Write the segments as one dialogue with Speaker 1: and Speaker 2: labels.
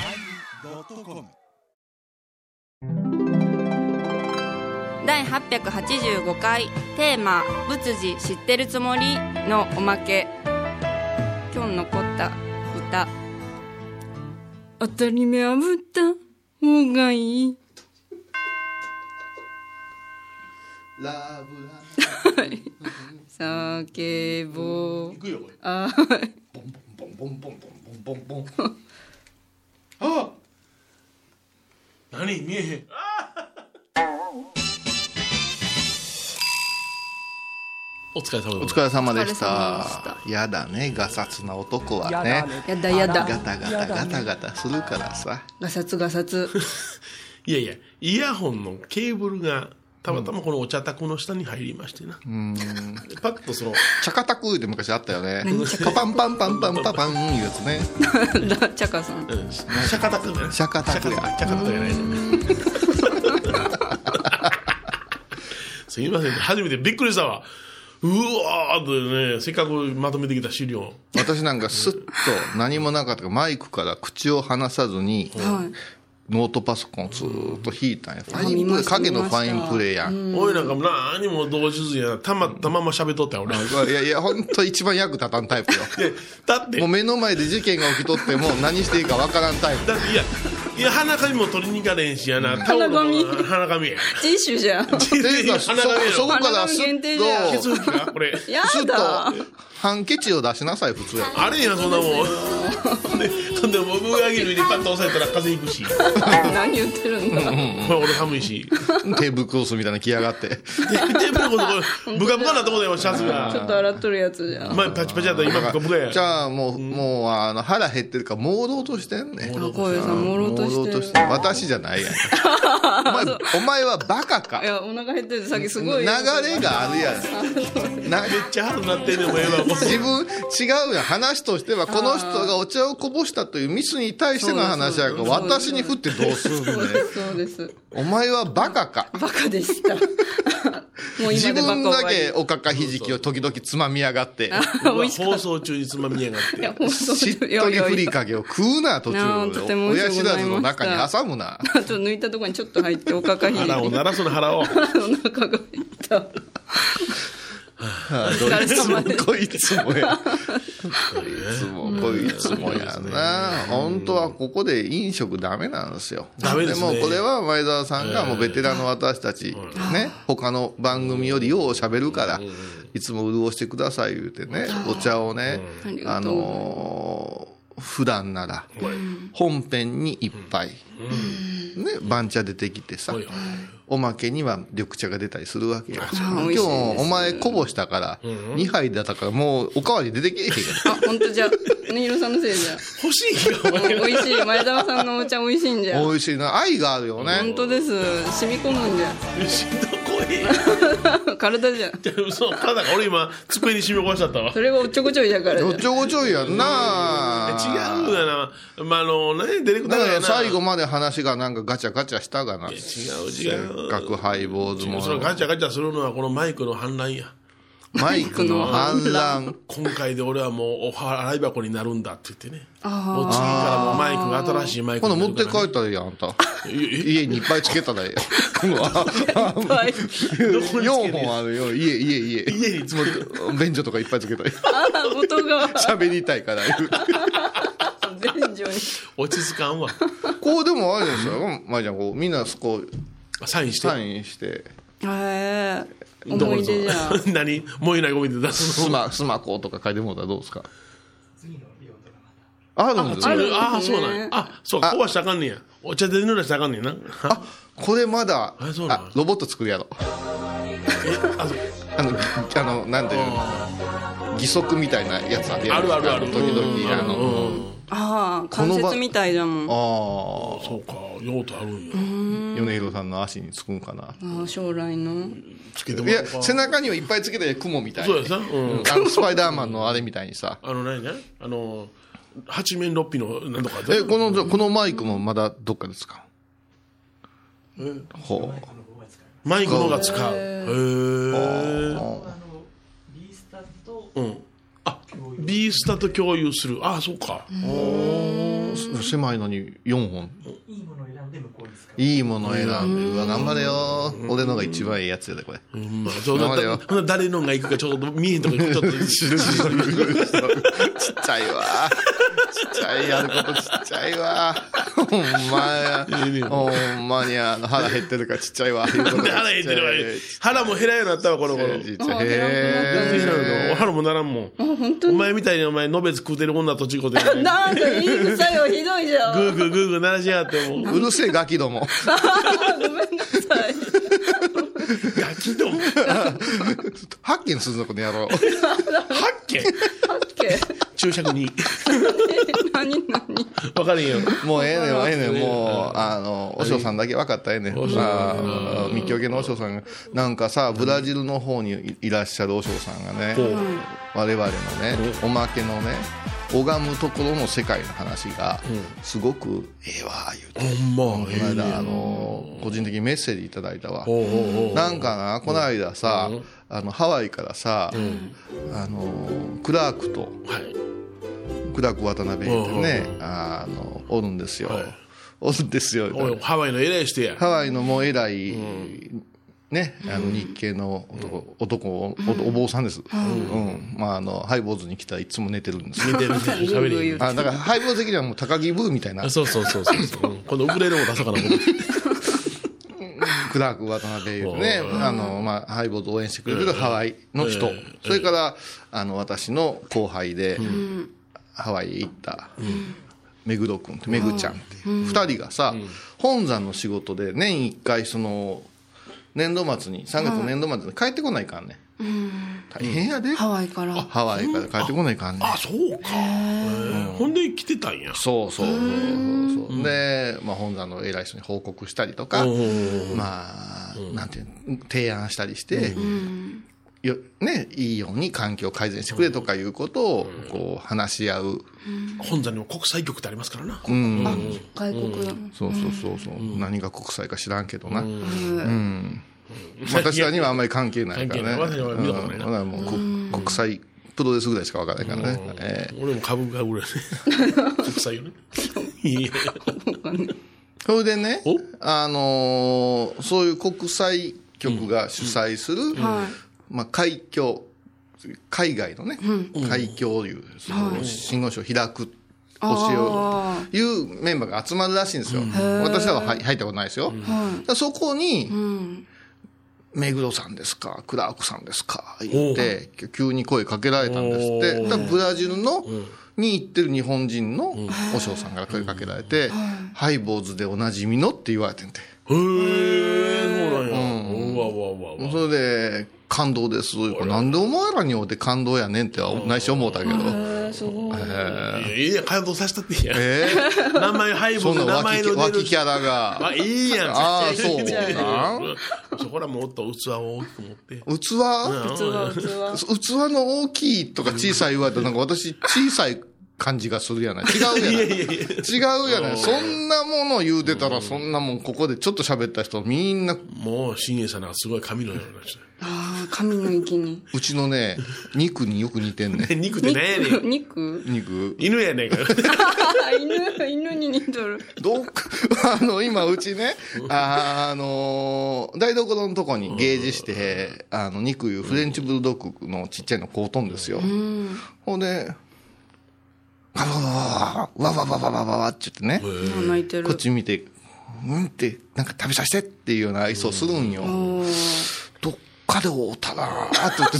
Speaker 1: yosmir.com
Speaker 2: 第885回テーマ「仏事知ってるつもり」のおまけ今日残った歌当たり目はぶった方がいい
Speaker 3: ラブラ
Speaker 2: 叫ぼう
Speaker 3: 行くよこれ
Speaker 2: あ
Speaker 3: ボンボンボンボンボンボンボンボンあ何見えへん
Speaker 4: お疲れ様で
Speaker 3: お
Speaker 4: ございます
Speaker 3: 疲れ様でし
Speaker 2: お
Speaker 3: た
Speaker 2: 疲れ様で
Speaker 3: やだねガサツな男はね
Speaker 2: やだや
Speaker 3: ガ
Speaker 2: だ
Speaker 3: タガタガタガタするからさ
Speaker 2: ガサツガサ ツ
Speaker 4: いやいやイヤホンのケーブルがたまたまこのお茶宅の下に入りましてな、パッとその
Speaker 3: チャカタクで昔あったよねパパンパンパンパンパパンいうやつね
Speaker 2: だチャカさん
Speaker 4: うんシャカタクだね
Speaker 3: シャカタクや
Speaker 4: シャシャカタクじゃないのすいません初めてびっくりしたわうわーってねせっかくまとめてきた資料
Speaker 3: 私なんかスッと何もなかったからマイクから口を離さずに
Speaker 2: はい
Speaker 3: ノートパソコンをずーっと引いたんやファイ
Speaker 2: 見
Speaker 3: ンプレ
Speaker 2: ま
Speaker 3: ー
Speaker 2: した
Speaker 3: 影のファインプレーやん
Speaker 4: 俺なんかも何も動じずやたまったまま喋っとったよ俺
Speaker 3: いやいや本当一番役立たんタイプよ
Speaker 4: でだって
Speaker 3: もう目の前で事件が起きとっても何していいかわからんタイプ
Speaker 4: だっていやいや花紙も取りに行かれへんしやなタオルも
Speaker 2: 花紙
Speaker 4: 花紙や
Speaker 2: ティッシュじゃん
Speaker 3: ていうかそ
Speaker 4: 花紙や
Speaker 3: そこからス
Speaker 2: 花
Speaker 3: ッ
Speaker 2: 限定じゃん
Speaker 3: と
Speaker 4: 血液がこれ
Speaker 2: や
Speaker 3: スッ
Speaker 2: だ
Speaker 3: とハンケチを出しなさい普通や
Speaker 4: あれやそんなもんでで僕が上げるでパッと押さえたら風邪ひくし、
Speaker 2: 何言ってるんだ
Speaker 4: まあ、俺寒いし
Speaker 3: テーブルクロスみたいなの着やがって
Speaker 4: ででもこれブカブカなとこだよシャツ
Speaker 2: ちょっ
Speaker 4: が
Speaker 2: と洗っとるやつじゃん
Speaker 4: 前パチパチやったら今ブカブカや
Speaker 3: じゃあもう,、もうあの腹減ってるから朦朧としてんねん
Speaker 2: あこういうさんもろうとしてる
Speaker 3: 私じゃない やんお前お前はバカか
Speaker 2: いやお腹減っててさっきす
Speaker 3: 流
Speaker 2: ごい
Speaker 3: れがあるや んな
Speaker 4: めっちゃハードなってんねんもうええわもう
Speaker 3: 自分違うやん話としてはこの人がお茶をこぼしたというミスに対しての話やか
Speaker 2: そうで
Speaker 3: ら
Speaker 2: す
Speaker 3: 私に振ってどうすんねん
Speaker 2: そうですそうです
Speaker 3: お前はバカか
Speaker 2: バカで した。もう
Speaker 3: 自
Speaker 2: 今でバ
Speaker 3: 分
Speaker 2: カ
Speaker 3: だ
Speaker 2: 終わり。
Speaker 3: けおかかひじきを時々つまみや がって
Speaker 4: うわ放送中につまみやがっ
Speaker 2: いや
Speaker 4: て
Speaker 2: 本当
Speaker 3: しっと
Speaker 2: いやい
Speaker 3: り
Speaker 2: や
Speaker 3: ふりかけを食うな途
Speaker 2: なあ
Speaker 3: 中
Speaker 2: とても美味
Speaker 3: 親
Speaker 2: しゅ
Speaker 3: 知
Speaker 2: うござ
Speaker 3: ら
Speaker 2: いました
Speaker 3: ずの中に挟む
Speaker 2: あ
Speaker 3: な
Speaker 2: と抜いたところにちょっと入っておかかひじき。
Speaker 4: 腹を鳴らすの腹を
Speaker 2: お腹が減った。
Speaker 3: ど
Speaker 2: れ様で
Speaker 3: こいつもやこいつもこいつもやな本当はここで飲食ダメなんですよ
Speaker 4: ダメですね
Speaker 3: もこれは前澤さんがもうベテランの私たちね他の番組よりよう喋るからいつも潤してください言うてねお茶をね
Speaker 2: うんありが
Speaker 3: あ
Speaker 2: とうございます
Speaker 3: のー普段なら本編に一杯ね番茶出てきてさ
Speaker 4: おい
Speaker 3: おまけには緑茶が出たりするわけよ。
Speaker 2: あ
Speaker 3: 今
Speaker 2: 美味し
Speaker 3: 日
Speaker 2: いです
Speaker 3: お前こぼしたから、2杯だったからもうおかわり出てけえへんよ。
Speaker 2: あ、本当じゃ。ねひろさんのせいじゃ。
Speaker 4: 欲しいよお前
Speaker 2: 美味しい。前澤さんのお茶美味しいんじゃ。
Speaker 3: 美味しいな。愛があるよ
Speaker 2: 本
Speaker 3: ね。
Speaker 2: 当です。染み込むんじゃ。
Speaker 4: しんどこ へ
Speaker 2: 体じゃ。
Speaker 4: 嘘ただ俺今机に染み込ましちゃったわ
Speaker 2: それがおっちょこちょいだからじゃ
Speaker 3: おっ。ちょこちょいやんな。
Speaker 4: 違う。がな、まあ、あの、ね、ディレクタ
Speaker 3: だ
Speaker 4: ー
Speaker 3: か
Speaker 4: が
Speaker 3: ら
Speaker 4: な
Speaker 3: 最後まで話がなんかガチャガチャしたがな。せ
Speaker 4: 違う違
Speaker 3: っ
Speaker 4: う。
Speaker 3: かくハイボーズ
Speaker 4: そのガ
Speaker 3: も。
Speaker 4: チャガチャするのはこのマイクの反乱や。
Speaker 3: マイクの反乱。
Speaker 4: 今回で俺はもうお払い箱になるんだって言ってね。
Speaker 2: あ
Speaker 4: もう次からもうマイクが新しいマイク
Speaker 3: 今
Speaker 4: に
Speaker 3: 度
Speaker 4: な
Speaker 3: 持っ
Speaker 4: る
Speaker 3: て
Speaker 4: から
Speaker 3: 帰ったらいいやん、あんた。
Speaker 4: い
Speaker 3: 家にいっぱいつけたらええよ。
Speaker 2: いっぱい。
Speaker 3: 4本あるよ。家、家、家。
Speaker 4: 家に
Speaker 3: もう便所とかいっぱいつけたらええ
Speaker 2: ああ、音が。
Speaker 3: 喋りたいから言うて
Speaker 2: 便所に。
Speaker 4: 落ち着か んわ。
Speaker 3: こうでもあれですよ、まいちゃん、こう、みんなこう、
Speaker 4: サインして。
Speaker 3: サインして、
Speaker 2: へえ。
Speaker 4: どうぞ
Speaker 2: 思い出じゃ。
Speaker 4: 何燃えないゴミで出す
Speaker 3: ス
Speaker 4: の。
Speaker 3: マ、スマコとか書いてもらったらどうですかあるんです
Speaker 4: あ
Speaker 3: よ。
Speaker 2: るんですね
Speaker 4: ああ、そうなんや。あ、そう、壊したらあかんねや。お茶で濡らしたらあかんねやな。あ、
Speaker 3: これまだ、
Speaker 4: あそうなの
Speaker 3: あロボット作るやろ。
Speaker 4: あそう
Speaker 3: あの、あの、なんていうの義足みたいなやつあるやん
Speaker 4: あるあるある。
Speaker 3: 時々、あ
Speaker 4: うん
Speaker 3: の、
Speaker 4: うん
Speaker 2: ああ、関節みたいだもん。あ
Speaker 3: あ
Speaker 4: そうか、用途あるんや。
Speaker 3: あ、米広さんの足につくんかな。
Speaker 2: あ、将来の。
Speaker 4: つけても
Speaker 3: い
Speaker 4: らお
Speaker 3: や
Speaker 4: う、か
Speaker 3: 背中にはいっぱいつけて雲みたい
Speaker 4: そう
Speaker 3: に
Speaker 4: で。すな。うん。
Speaker 3: あのスパイダーマンのあれみたいにさ。
Speaker 4: あの、何ね、あの、八面六臂の、なんとか。
Speaker 3: え、この、このマイクもまだどっかで使うほう。
Speaker 4: マイクの方が使う。へえ。
Speaker 5: ビースタと
Speaker 4: うん。あ、 B スタと共有するああそうか
Speaker 3: 狭いのに4本
Speaker 1: いいものを選んで向こうに使う。
Speaker 3: いいもの選んでうわ頑張れよ俺のが一番いいやつやでこれ
Speaker 4: うんまあそう
Speaker 3: 頑張れよ
Speaker 4: だほな誰のが行くかちょっと見えんとこ行くちょっ
Speaker 3: ち
Speaker 4: と
Speaker 3: っちゃいわ。ちっちゃいやることちっちゃいわ。ほんまや。ほんまにあの腹減ってるからちっちゃいわ。言うことがち
Speaker 4: 腹減っ
Speaker 3: ち
Speaker 4: て
Speaker 3: ゃい
Speaker 4: るわ腹も減らんようになったわこの
Speaker 3: ち
Speaker 4: 頃
Speaker 3: っちゃいちっちゃ
Speaker 2: あ
Speaker 3: い
Speaker 4: 全然減らんよ
Speaker 3: へ
Speaker 4: お腹もならんもん
Speaker 2: 本
Speaker 4: お前みたいにお前のべつ食うてる女とちごで グ
Speaker 2: なんかいい作用ひどいじゃん。
Speaker 4: ーグーグーグー鳴らしやがってもう
Speaker 3: ーうるせえガキども。
Speaker 2: ごめんなさい。
Speaker 4: ガキども
Speaker 3: 発見するぞ、この野郎。
Speaker 4: 発見注釈に
Speaker 2: 何何
Speaker 4: 分かれへんよ
Speaker 3: もうええねん、ええねん、 もう、あの、おしょさんだけ分かったらええねん。
Speaker 4: 和尚
Speaker 3: まあ、密教系のおしょさんが、なんかさ、ブラジルの方にいいらっしゃるおしょさんがね
Speaker 4: ほう、
Speaker 3: 我々のね、おまけのね、拝むところの世界の話が、すごくええわ、言うて。
Speaker 4: ほんま
Speaker 3: この間、あの、個人的にメッセージいただいたわ。
Speaker 4: おうおうおう
Speaker 3: なんかな、この間さ、あの、ハワイからさ、あの、クラークと、
Speaker 4: はい
Speaker 3: クラーク渡辺言ってね、あの、おるんですよ
Speaker 4: はい。
Speaker 3: おるんですよ。
Speaker 4: おいハワイの偉い人や
Speaker 3: ハワイのもう偉い、ね、あの日系の男、男おお坊さんです。うん。まあ、あの、ハイボーズに来たらいつも寝てるんです
Speaker 4: 見てる見てる喋り
Speaker 3: あ、だから、ハイボーズ的にはもう高木ブーみたいな
Speaker 4: あ、そうそうそうそうそううんこのウクレレも出そうかな僕
Speaker 3: クラーク渡辺いうね、あの、まあ、ハイボーズ応援してくれてるハワイの人
Speaker 4: ええ。
Speaker 3: それから、あの、私の後輩で、ハワイへ行った。めぐろくんってめぐちゃんっていう二人がさ本山の仕事で年一回その年度末に3月の年度末に帰ってこないかんね大変やで
Speaker 2: ハワイから。あ
Speaker 3: ハワイから帰ってこないかんね
Speaker 4: あそうかへえほんで来てたんや
Speaker 3: そうそうそうそうそうで、まあ、本山の偉い人に報告したりとか、まあ、なんていうの提案したりして、よね、いいように環境を改善してくれとかいうことをこう話し合う、
Speaker 4: 本山にも国際局ってありますからな
Speaker 2: 外国だもん。
Speaker 3: そうそうそうそう、何が国際か知らんけどな、うんまあ私らにはあんまり関係ないからね
Speaker 4: いや関係ない私は見たことな
Speaker 3: う
Speaker 4: いな
Speaker 3: んだからもうこ国際プロレスぐらいしかわからないからね、ええ
Speaker 4: 俺も株価 ぐらいね国際よねいや
Speaker 3: それでね
Speaker 4: お、
Speaker 3: あのーそういう国際局が主催する、まあ、海峡、海外のね、海峡いう、その、信号書を開く、星を、いうメンバーが集まるらしいんですよ。私らは入入ったことないですよ。だからそこに、目黒さんですか、クラークさんですか、言って、急に声かけられたんですって。
Speaker 4: おー
Speaker 3: だからブラジルの、に行ってる日本人の和尚さんから声かけられて、ハイボーズでおなじみのって言われてんて。
Speaker 4: へえそうなんやうわうわうわうわ
Speaker 3: それで、感動です。なんでお前らに会うて感動やねんっては、内緒思うたけど。
Speaker 4: いやいいや感動させたっていいや
Speaker 3: えー
Speaker 4: 名前ハイボ
Speaker 3: そ
Speaker 4: ー
Speaker 3: ん
Speaker 4: ル
Speaker 3: な
Speaker 4: の名前
Speaker 3: 脇
Speaker 4: の
Speaker 3: き
Speaker 4: 出
Speaker 3: 脇
Speaker 4: る
Speaker 3: キャラが
Speaker 4: あ。いいやん
Speaker 3: ああ、 そうな
Speaker 4: うんそこらもっと器を大きく持 って
Speaker 3: 器
Speaker 2: 器器。
Speaker 3: 器の大きいとか小さい言われたら、なんか私小さい感じがするやない。違うやない。
Speaker 4: いやいやいや
Speaker 3: 違うやない。そんなもの言うてたら、そんなもんここでちょっと喋った人、みんな、
Speaker 4: もう新栄さんなんかすごい髪のような人
Speaker 2: ああ、神の域に。
Speaker 3: うちのね、肉によく似てんねん。
Speaker 4: 肉って何やねん
Speaker 2: 肉
Speaker 3: 肉
Speaker 4: 犬やねんか
Speaker 2: あ、犬、犬に似とる。
Speaker 3: どっかあの、今、うちね、あーあのー台所のとこにゲージして、あの、肉いうフレンチブルドッグのちっちゃいの買うとんですよ。ほんで、わわわわわわわわわわわって言ってね、
Speaker 2: あ泣いてる
Speaker 3: こっ。ち見て、うんって、なんか食べさせてっていうような愛想するんよ。
Speaker 2: おー
Speaker 3: どっかで会うたなーって言って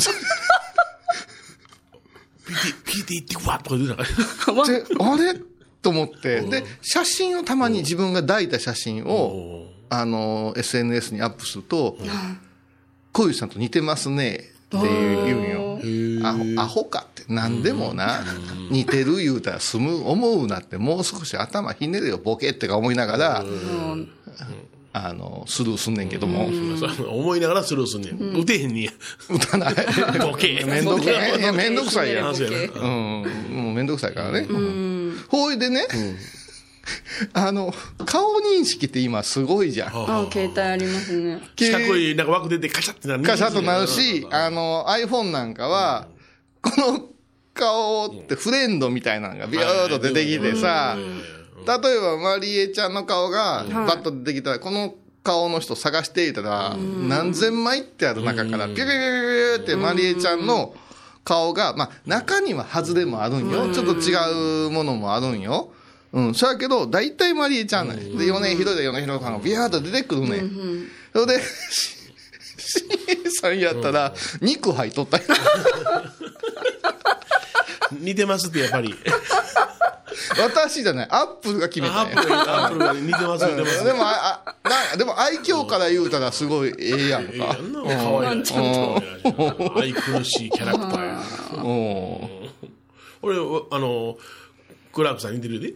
Speaker 4: ピーテ行ってくわとか言うなか
Speaker 3: で、あれと思って、で、写真をたまに自分が抱いた写真を、あの、SNS にアップすると、小遊さんと似てますね、っていう言うんよ。アホアホかって、何でもな、似てる言うたら済む、思うなって、もう少し頭ひねれよ、ボケってか思いながら、あの、スルーすんねんけども、
Speaker 4: そう思いながらスルーすんねん。打てへんねや。
Speaker 3: 打たない。
Speaker 4: ボケ へん。
Speaker 3: めんどくさい。いや、めんどくさいやん
Speaker 4: あ。そうや
Speaker 3: う
Speaker 4: な。
Speaker 3: ん、もうめんどくさいからね。ほいでね、あの、顔認識って今すごいじゃん。
Speaker 2: あ、携帯ありますね。
Speaker 4: 四角い、なんか枠出てカシャってなるね。
Speaker 3: カシャッとなるし、あの、iPhone なんかは、この顔ってフレンドみたいなのがビューッと出てきてさ、例えばマリエちゃんの顔がパッと出てきたら、この顔の人探していたら、何千枚ってある中から、ピュピュピュピュってマリエちゃんの顔が、まあ中には外れもあるんよ。ちょっと違うものもあるんよ。うん、そやけど、大体マリエちゃんなんやで、米広で米広さんがビューッと出てくるね。それで、ししんさんやったら、肉入っとったよ。
Speaker 4: 似てますってやっぱり。
Speaker 3: 私じゃない、アップルが決め
Speaker 4: ア
Speaker 3: た
Speaker 4: ッ
Speaker 3: ん
Speaker 4: プ
Speaker 3: や
Speaker 4: ル、アップルが似てます、似てます。
Speaker 3: でも、あ、あ、な、でも愛嬌から言うたらすごいええやん
Speaker 4: いや
Speaker 3: か。
Speaker 4: んな可愛い。ちゃんと。愛くるしいキャラクターや。
Speaker 3: うん。
Speaker 4: 俺、あの、クラークさん似てるで。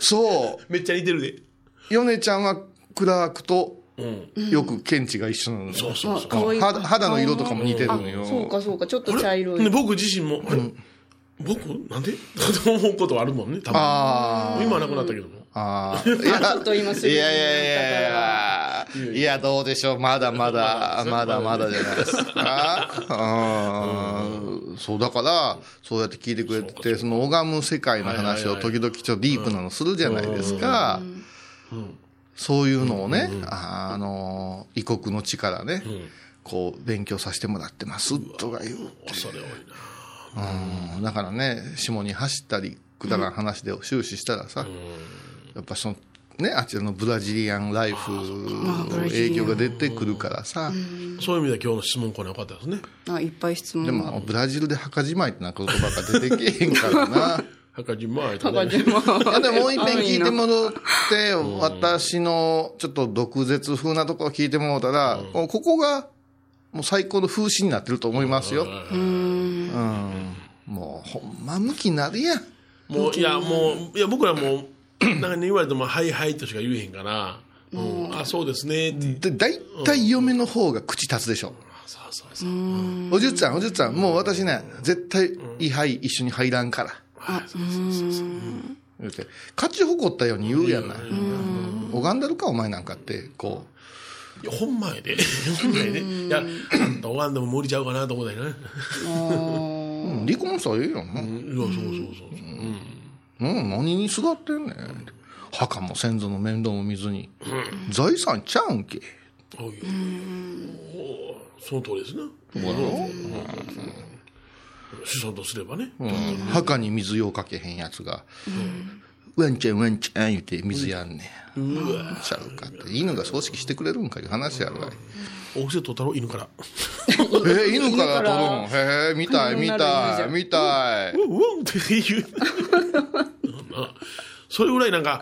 Speaker 3: そ
Speaker 4: めっちゃ似てるで。
Speaker 3: う。ヨネちゃんはクラークと
Speaker 4: うん。
Speaker 3: よく検知が一緒なのよ。
Speaker 4: そうそうそう。
Speaker 2: あ可愛い
Speaker 3: 肌肌の色とかも似てるのよ。
Speaker 2: そうかそうかちょっと茶色
Speaker 4: で
Speaker 2: い
Speaker 4: 僕自身も、あれ僕なんでと思うことはあるもんね、多分。
Speaker 3: あ
Speaker 4: 今はなくなったけども。
Speaker 3: あ。ああ。いや、
Speaker 2: ちょっと今すぐ
Speaker 3: いやいやいやいやいや。いや、どうでしょう。まだまだ、ま
Speaker 4: ま
Speaker 3: だ
Speaker 4: だ
Speaker 3: まだじゃないですか。うんそう、だから、そうやって聞いてくれてて、その拝む世界の話を
Speaker 4: はいは
Speaker 3: 時々ちょっとディープなのするじゃないですか。そういうのをね、あの、異国の地からね、こう、勉強させてもらってます、とか言う。
Speaker 4: 恐れ多い
Speaker 3: うんだからね、下に走ったり、くだらん話で終始したらさ、やっぱその、ね、あちらのブラジリアンライフの影響が出てくるからさ、
Speaker 4: な。そういう意味では今日の質問コーナーよかったですね。
Speaker 2: あいっぱい質問
Speaker 3: でも、ブラジルで墓じまいってなんか言葉が出てけへんからな。
Speaker 4: 墓じまいと
Speaker 2: なんか
Speaker 4: ね。
Speaker 2: でも
Speaker 3: いやでももう一遍聞いて もらって、私のちょっと毒舌風なところ聞いてもらったら、もうここがもう最高の風刺になってると思いますよ。うん。もうほんま向きになるやん。
Speaker 4: もう、いや、もう、いや、僕らもう、なんかね、言われても、はいはいとしか言えへんから、うん、あ、そうですね、って。
Speaker 3: で、大体嫁の方が口立つでしょ。
Speaker 4: そうそうそう。
Speaker 3: おじゅっちゃん、おじゅっちゃん、もう私ね、絶対、位牌一緒に入らんから。言うて、勝ち誇ったように言うやんな。拝んだるか、お前なんかって、こ
Speaker 4: いや、ほんまやで。ほんまやで。いや、おわんでも無理ちゃうかなと思ったよね。
Speaker 3: う、うん離婚したらええやんな。
Speaker 4: いや、そうそうそうそう。
Speaker 3: うん、何にすがってんねん。墓も先祖の面倒も見ずに、財産ちゃうんけ。
Speaker 4: あいやいやおーその通りですね。子孫とすればね。
Speaker 3: うん、墓に水ようかけへんやつが、ワンちゃんワンちゃん言うて水やんねん。ちゃうかって。犬が葬式してくれるんかいう話やろがい。
Speaker 4: お布施取ったろ、犬から。
Speaker 3: え、犬から取るのへえ、見たい、見たい、見たい。
Speaker 4: うんうんって言う。あそれぐらいなんか、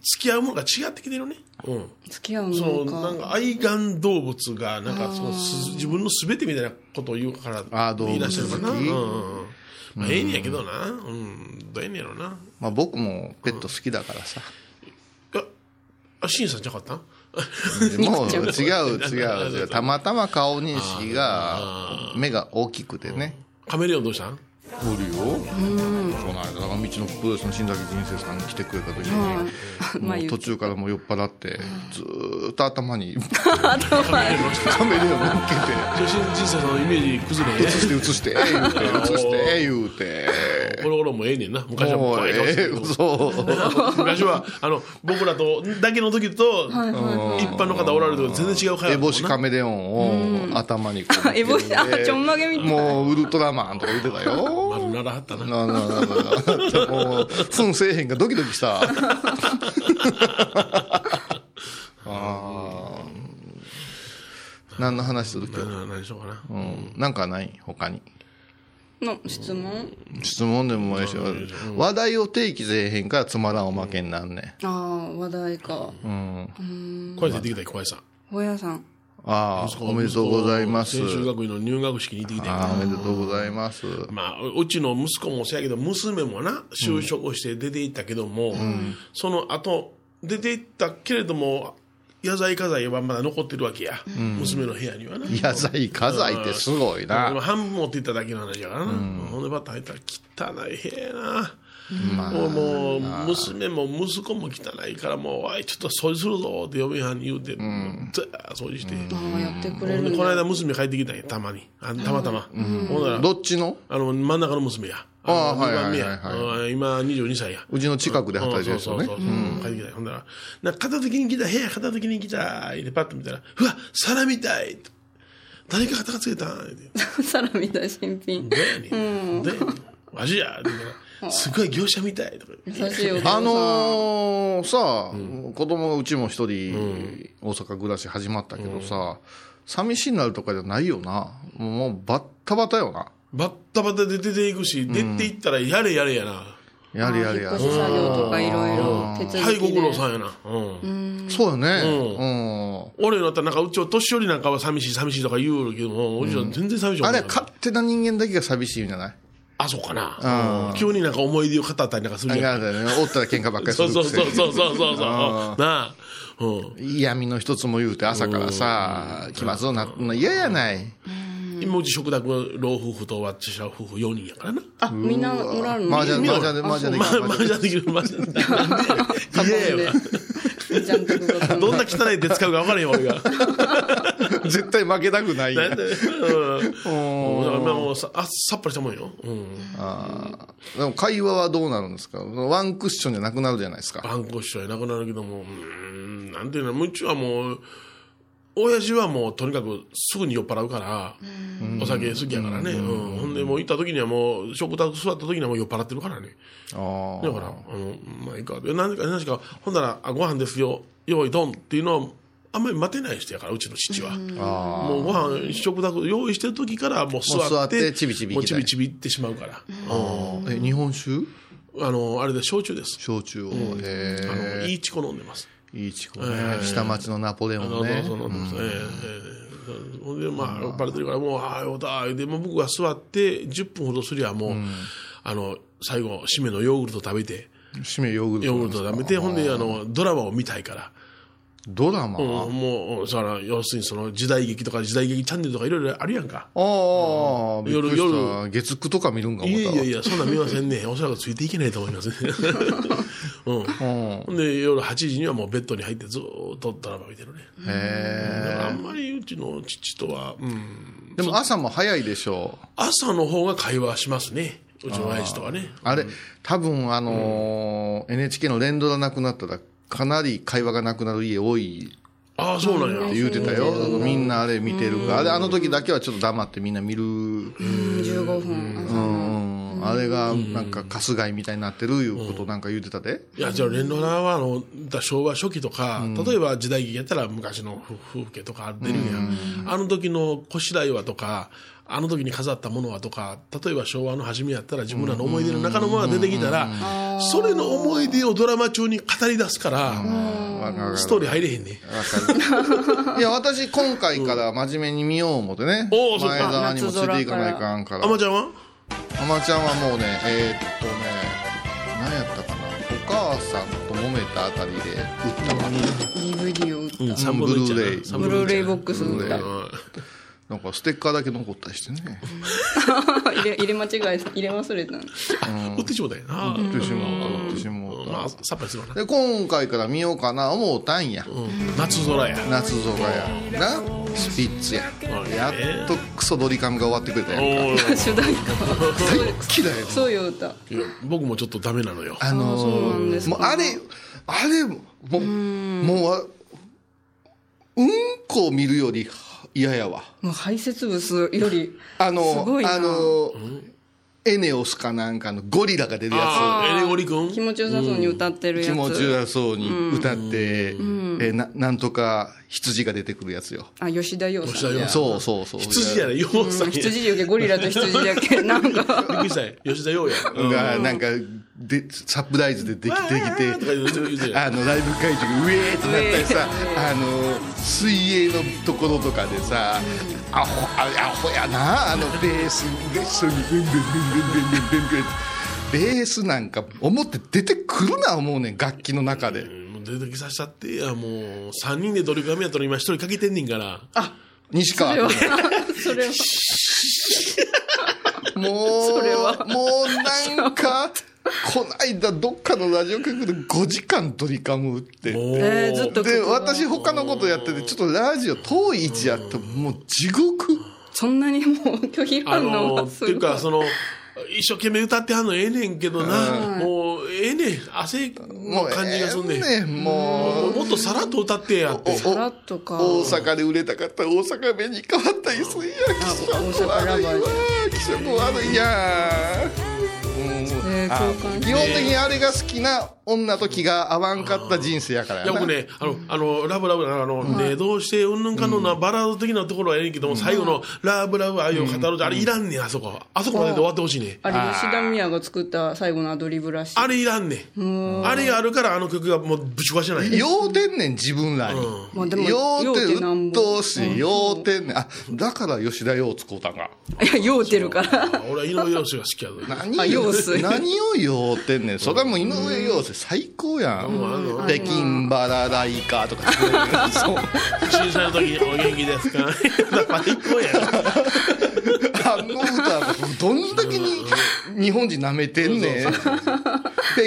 Speaker 4: 付き合うものが違ってきてるね。うん。
Speaker 2: 付き合う
Speaker 4: その、
Speaker 2: のか
Speaker 4: なんか、愛玩動物が、なんか、その、す自分の全てみたいなことを言うから、
Speaker 3: あー動物
Speaker 4: 言い出してるかな。
Speaker 3: 好
Speaker 4: う
Speaker 3: き
Speaker 4: んうんうん。まあ、ええんやけどな。うん。どうええんやろな。
Speaker 3: まあ僕もペット好きだからさ。
Speaker 4: いや、あ、シンさんじゃなかった
Speaker 3: もう違う違う違う。たまたま顔認識が、目が大きくてね。
Speaker 4: カメレオンどうしたん
Speaker 3: おるよ。この間、だから道のプロレスの新崎人生さんが来てくれた時に、
Speaker 2: まあ
Speaker 3: もう
Speaker 2: 言う
Speaker 3: 途中からもう酔っ払って、ずーっと頭に
Speaker 4: カメレオンどうした
Speaker 3: カメラを向けて。
Speaker 4: 女子人生のイメージ崩れへん
Speaker 3: 映して映して、えー 言うて、映して、えー言うて。
Speaker 4: この頃もええねんな昔はもう
Speaker 3: も
Speaker 4: 怖
Speaker 3: う、
Speaker 4: い顔して
Speaker 3: え
Speaker 4: るけ
Speaker 3: ー
Speaker 4: ど
Speaker 3: そう。
Speaker 4: 昔はあの僕らとだけの時と一般の方おられると全然違う会
Speaker 3: エ
Speaker 4: 話だもんな
Speaker 3: ボシカメレオンを頭にこう。
Speaker 2: エボシあちょんまげみたい
Speaker 3: もうウルトラマンとか言ってたよ。
Speaker 4: 丸ならはったな
Speaker 3: ななななもう、ふんせえへんがドキドキした。ああ。何の話する今日。
Speaker 4: な何しようかな、
Speaker 3: うん。なんかない他に。
Speaker 2: の質問
Speaker 3: 質問でもないし、話題を提起せえへんからつまらんおまけになんね
Speaker 2: ああ話題か
Speaker 3: ん。うん。
Speaker 4: 声出てきたよ小林さん
Speaker 2: 大家さん
Speaker 3: ああ、おめでとうございます。
Speaker 4: 専修学院の入学式に行ってきたよ
Speaker 3: ああ、おめでとうございます。
Speaker 4: まあ、うちの息子もそうやけど、娘もな、就職をして出て行ったけども、その後、出て行ったけれども、野菜家財はまだ残ってるわけや、娘の部屋にはな。
Speaker 3: 野菜家財ってすごい
Speaker 4: でも
Speaker 3: な。
Speaker 4: 半分持っていっただけの話やからな。ほんでバッタ入ったら汚い部屋やな。
Speaker 3: まあ
Speaker 4: もうもう娘も息子も汚いからもう、おい、ちょっと掃除するぞって嫁はんに言うて、ずー掃除して。
Speaker 2: ああやってくれ
Speaker 4: ほん
Speaker 2: る
Speaker 4: で
Speaker 2: ん
Speaker 4: この
Speaker 2: だ
Speaker 4: 間娘帰ってきたんや、たまに。あたまたま。ほんなら、
Speaker 3: どっちの
Speaker 4: あの、真ん中の娘や。
Speaker 3: ああ
Speaker 4: の二番目
Speaker 3: はい
Speaker 4: や
Speaker 3: はいはい
Speaker 4: うん今22歳や。
Speaker 3: うちの近くで働いてるんですよね
Speaker 4: そう。そうそうそう帰ってきた。ほんなら、なんか片時に来た、部屋片時に来た、でパッと見たら、うわ、皿みたい誰か片付けたん っ て。
Speaker 2: サラミだ新品
Speaker 4: どうやねん。どうやねん。わしや。って言うからすごい業者みたいとか言って。
Speaker 2: 優しいお父さん
Speaker 3: あのーさあ、子供がうちも一人、大阪暮らし始まったけどさ、寂しいなるとかじゃないよな。もうバッタバタよな。
Speaker 4: バッタバタで出ていくし、出ていったらやれやれやな。
Speaker 3: やりやり
Speaker 2: 引っ
Speaker 3: や
Speaker 2: 越し作業とかいろいろ手
Speaker 4: はい、
Speaker 2: 続
Speaker 4: ご
Speaker 2: き
Speaker 4: 苦労
Speaker 2: で
Speaker 4: さんやな。うん。
Speaker 3: そうよね。
Speaker 4: 俺になったらなんか、うちは年寄りなんかは寂しい寂しいとか言うけども、うちは全然寂しい
Speaker 3: うん。あれ、勝手な人間だけが寂しいんじゃない
Speaker 4: あ、そうかな。急になんか思い出を語ったりなんかす
Speaker 3: あ
Speaker 4: る
Speaker 3: れ
Speaker 4: やん。
Speaker 3: がね、おったら喧嘩ばっかりす
Speaker 4: そ
Speaker 3: る
Speaker 4: う
Speaker 3: く
Speaker 4: そう
Speaker 3: せ
Speaker 4: そう
Speaker 3: に
Speaker 4: そうそうそう。なあ。うん。
Speaker 3: 嫌味の一つも言うて朝からさ、来ますぞな、な嫌やない。
Speaker 4: 今うち食卓は老夫婦と私は夫婦4人やからな。
Speaker 2: あみんなおらんの
Speaker 3: 麻雀、麻雀で、麻雀で
Speaker 4: まあ、マージャンできる、マージャンできる。なんで 嫌やわ。
Speaker 2: ジャンとかが
Speaker 4: どんな汚い手使うか分からへんわ、俺 が。
Speaker 3: 絶対負けたくないんや
Speaker 4: なんで、うん。だからまあもうさ、あさっぱりしたもんよ。うん。
Speaker 3: あーでも会話はどうなるんですかワンクッションじゃなくなるじゃないですか。
Speaker 4: 反抗しちゃいなくなるけども、うーん、なんていうの、もうちはもう、親父はもうとにかくすぐに酔っ払うから、お酒好きやからね。うん。ほんでもう行った時にはもう、食卓座った時にはもう酔っ払ってるからね。
Speaker 3: あー
Speaker 4: だから、あの、まあいいか。で、何か、何か、ほんなら、あ、ご飯ですよ、用意ドンっていうのは、あんまり待てない人やから、うちの父は。
Speaker 3: あ
Speaker 4: もうご飯、食卓用意してる時から、もう座って、
Speaker 3: もう座ってちびちび
Speaker 4: も
Speaker 3: 行
Speaker 4: う
Speaker 3: き
Speaker 4: ち
Speaker 3: たい
Speaker 4: びちび行ってしまうから。
Speaker 3: ー。え、日本酒
Speaker 4: うんあの、あれで、焼酎です。
Speaker 3: 焼酎を。
Speaker 4: あの、
Speaker 3: へ
Speaker 4: いいチコ飲んでます。
Speaker 3: え。いい地区ね。下町のナポレオ
Speaker 4: そ
Speaker 3: ン
Speaker 4: うそう
Speaker 3: ね。
Speaker 4: そうなんですね。ええええほんで、まあ、バレてるから、もう、ああ、よだ、で、もう僕が座って、10分ほどすりゃ、もう、あの、最後、締めのヨーグルト食べて、
Speaker 3: 締めヨーグルト。
Speaker 4: ヨーグルト食べて、ほんで、あの、ドラマを見たいから、
Speaker 3: ドラマ
Speaker 4: うんもう、うんだから、要するに、その、時代劇とか、時代劇チャンネルとか、いろいろあるやんか。
Speaker 3: ああ、びっくりし
Speaker 4: 夜
Speaker 3: た。月9とか見るんか思
Speaker 4: い
Speaker 3: った
Speaker 4: や
Speaker 3: わ
Speaker 4: いやいや、そんなん見ませんね。お そらくついていけないと思いますね。 うん。
Speaker 3: うん。
Speaker 4: ほんで、夜8時にはもうベッドに入って、ずーっとドラマ見てるね。
Speaker 3: へ
Speaker 4: あんまりうちの父とは、うん。
Speaker 3: え。でも朝も早いでしょう。
Speaker 4: 朝の方が会話しますね。うちの親父とはね。
Speaker 3: あれ、多分あのー NHK の連ドラなくなったら、かなり会話がなくなる家多い
Speaker 4: ああ、そうなんや。
Speaker 3: 言うてたよ。みんなあれ見てるから。あれ、あの時だけはちょっと黙ってみんな見る。
Speaker 2: 15分朝
Speaker 3: うんあれが、なんか、カス貝みたいになってるいうことなんか言うてたで。
Speaker 4: いや、じゃあ、連ドラは、あの、だ昭和初期とか、例えば時代劇やったら昔の風景とか出るやん。あの時の小白岩とか、あの時に飾ったものはとか、例えば昭和の初めやったら自分らの思い出の中のものが出てきたら、それの思い出をドラマ中に語り出すから、
Speaker 3: わかるわ
Speaker 4: ストーリー入れへんね。
Speaker 3: かる。いや、私、今回から真面目に見よう思ってね。前
Speaker 4: おーそっか
Speaker 3: 澤にもついていかないかんから
Speaker 4: あ。まちゃんは
Speaker 3: アマちゃんはもうね、えーっとね、何やったかな。お母さんと揉めたあたりで打ったわ。
Speaker 2: DVD を打った
Speaker 4: 三分の一や
Speaker 3: ブルー
Speaker 4: な
Speaker 3: レイ
Speaker 4: 三
Speaker 2: ブルー
Speaker 4: 分の一
Speaker 2: レイ
Speaker 4: やな
Speaker 2: ボックス打った
Speaker 3: なんか、ステッカーだけ残ったりしてね。
Speaker 2: 入れ入れ間違い入れ忘れた
Speaker 4: うん売ってしもうたんやな。
Speaker 3: 売ってしまった、売ってしまっ
Speaker 4: まあ、さっぱりするわな
Speaker 3: た。。で、今回から見ようかな思うたんや。
Speaker 4: うん夏空や。
Speaker 3: 夏空やなスピッツや
Speaker 4: うん
Speaker 3: やっとクソドリカムが終わってくれた
Speaker 4: お
Speaker 3: やん
Speaker 4: ー
Speaker 2: 主題歌
Speaker 3: 大っ嫌いや
Speaker 2: そうよ歌
Speaker 4: いや僕もちょっとダメなのよ。
Speaker 3: あ
Speaker 2: あそうな
Speaker 3: の
Speaker 2: んです
Speaker 3: ー
Speaker 2: か
Speaker 3: もうあれあれもうもうわうんこを見るより嫌やわ
Speaker 2: もう排泄物より
Speaker 3: あの
Speaker 2: すごいな
Speaker 3: あのーエネオスかなんかのゴリラが出るや
Speaker 4: あーエレゴリ君
Speaker 2: 気持ちよさそうに歌ってる
Speaker 3: つ気
Speaker 2: や
Speaker 3: 持ち
Speaker 2: つ
Speaker 3: よさそうに歌って、えーななんとか羊が出てくるやつよ
Speaker 2: あ吉田洋さん
Speaker 4: 吉田羊
Speaker 3: そうそうそう
Speaker 4: 羊やね、ようさんや。びっ
Speaker 2: 羊やけゴリラと羊やけなんか
Speaker 4: くりしたよ吉田ようや。うん
Speaker 3: がなんかでサプライズでできてきて
Speaker 4: とか言う言うてる
Speaker 3: あのライブ会場がウェーってなったりさ、あの水泳のところとかでさ、アホあアホやなあのベースで一緒にブンブンブンブンブンブンブンブンってベースなんか思って出てくるな思うねん楽器の中で
Speaker 4: もう出てきさせたってやもう3人でドリカムやったら今1人かけてんねんからあ
Speaker 3: 西川
Speaker 2: そ れはそれは
Speaker 3: も
Speaker 2: それは
Speaker 3: うもうなんかこないだどっかのラジオ局で5時間ドリカム打って
Speaker 4: もう、
Speaker 2: えーずっと
Speaker 3: で私他のことやっててちょっとラジオ遠い位置やってもう地獄
Speaker 2: そんなにもう拒否
Speaker 4: あ
Speaker 2: 反応
Speaker 4: の
Speaker 2: が
Speaker 4: って
Speaker 2: すごい
Speaker 4: い
Speaker 2: う
Speaker 4: かその一生懸命歌ってはんのええねんけどな、もうええねん汗の
Speaker 3: もう
Speaker 4: 感じがすんねん、
Speaker 3: ええねんもう
Speaker 4: もっとさらっと歌ってやって
Speaker 2: さらっとか
Speaker 3: 大阪で売れたかったら大阪弁に変わったりするやん気色
Speaker 2: 大阪ラバ
Speaker 3: 悪
Speaker 2: ー
Speaker 3: いわ気色悪いやんうん
Speaker 2: えー共感
Speaker 3: 基本的にあれが好きな女と気が合わんかった人生やからや
Speaker 4: いや
Speaker 3: な
Speaker 4: 僕ね、あの、あの、ラブラブな、あの、ね、どうして、うんぬんかんのな、バラード的なところはええねんけども、最後の、ラブラブ愛を語るって、あれいらんねん、あそこ。あそこまでで終わってほしいねん。
Speaker 2: あれ吉田美也が作った最後のアドリブらしい
Speaker 4: あれいらんねん。あれがあるから、あの曲がもうぶち壊せない。
Speaker 3: 酔うてんねん自分らに
Speaker 2: まあでも
Speaker 3: 酔うて
Speaker 2: 酔うてなん
Speaker 3: うっ
Speaker 2: ぼ
Speaker 3: とうしい酔うてんねんあだから吉田陽使うたんが
Speaker 2: いや酔うてるから
Speaker 4: 俺は井上陽水が好きやぞ。
Speaker 3: 何
Speaker 2: あ
Speaker 3: を
Speaker 2: 陽水
Speaker 3: 何を酔うてんねんそれはもう井上陽水最高やん北京バラライカとか そう
Speaker 4: 震災の時にお元気ですか最高やん。
Speaker 3: あの歌、どんだけに日本人舐めてんねん。北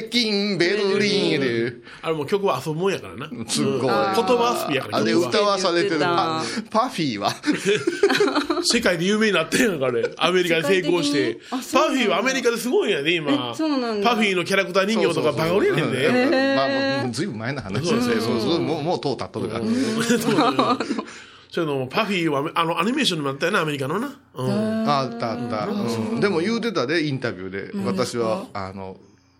Speaker 3: 京、ベルリンで、
Speaker 4: あれもう曲は遊ぶもんやからな。うん
Speaker 3: すっごい
Speaker 4: 言葉遊びやから、
Speaker 3: あれ
Speaker 4: 曲は
Speaker 3: 歌わされてる。
Speaker 2: 言
Speaker 3: あ
Speaker 2: って
Speaker 3: パフィーは。
Speaker 4: 世界で有名になってんやんから、ね、アメリカで成功して
Speaker 2: 世界的にあ。そうなん
Speaker 4: パフ
Speaker 2: だ
Speaker 4: ィーはアメリカですごいんやで、今。
Speaker 2: えそうなんだ
Speaker 4: パフィーのキャラクター人形とかバカ売れやねんで。
Speaker 3: うんまあまあ、もうずいぶん前の話ですね。そうそう、もう、もう、とうたっとるから。
Speaker 4: そういうのもパフィーはあのアニメーションにもなったよなアメリカのな、うん、
Speaker 3: ああったあった。うんでも言うてたで、インタビューで。私は、あの、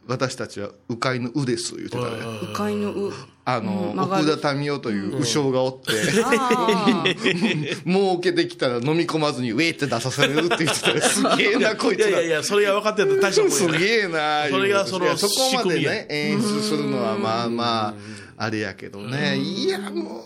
Speaker 3: 私たちは鵜飼の「う」です言ってたね
Speaker 2: 鵜飼のう
Speaker 3: あの
Speaker 2: うん曲がる
Speaker 3: 奥田民生という鵜匠がおって、
Speaker 2: あー
Speaker 3: 儲けてきたら飲み込まずにウェーって出さされるって言ってたよ すげえなこい
Speaker 4: いや
Speaker 3: つ
Speaker 4: い
Speaker 3: ら
Speaker 4: やいやそれが分かってたら大したもん
Speaker 3: す
Speaker 4: やね
Speaker 3: げえな
Speaker 4: それがその
Speaker 3: いやそこまで
Speaker 4: 仕組みや
Speaker 3: ね演出するのはまあまああれやけどねいやもう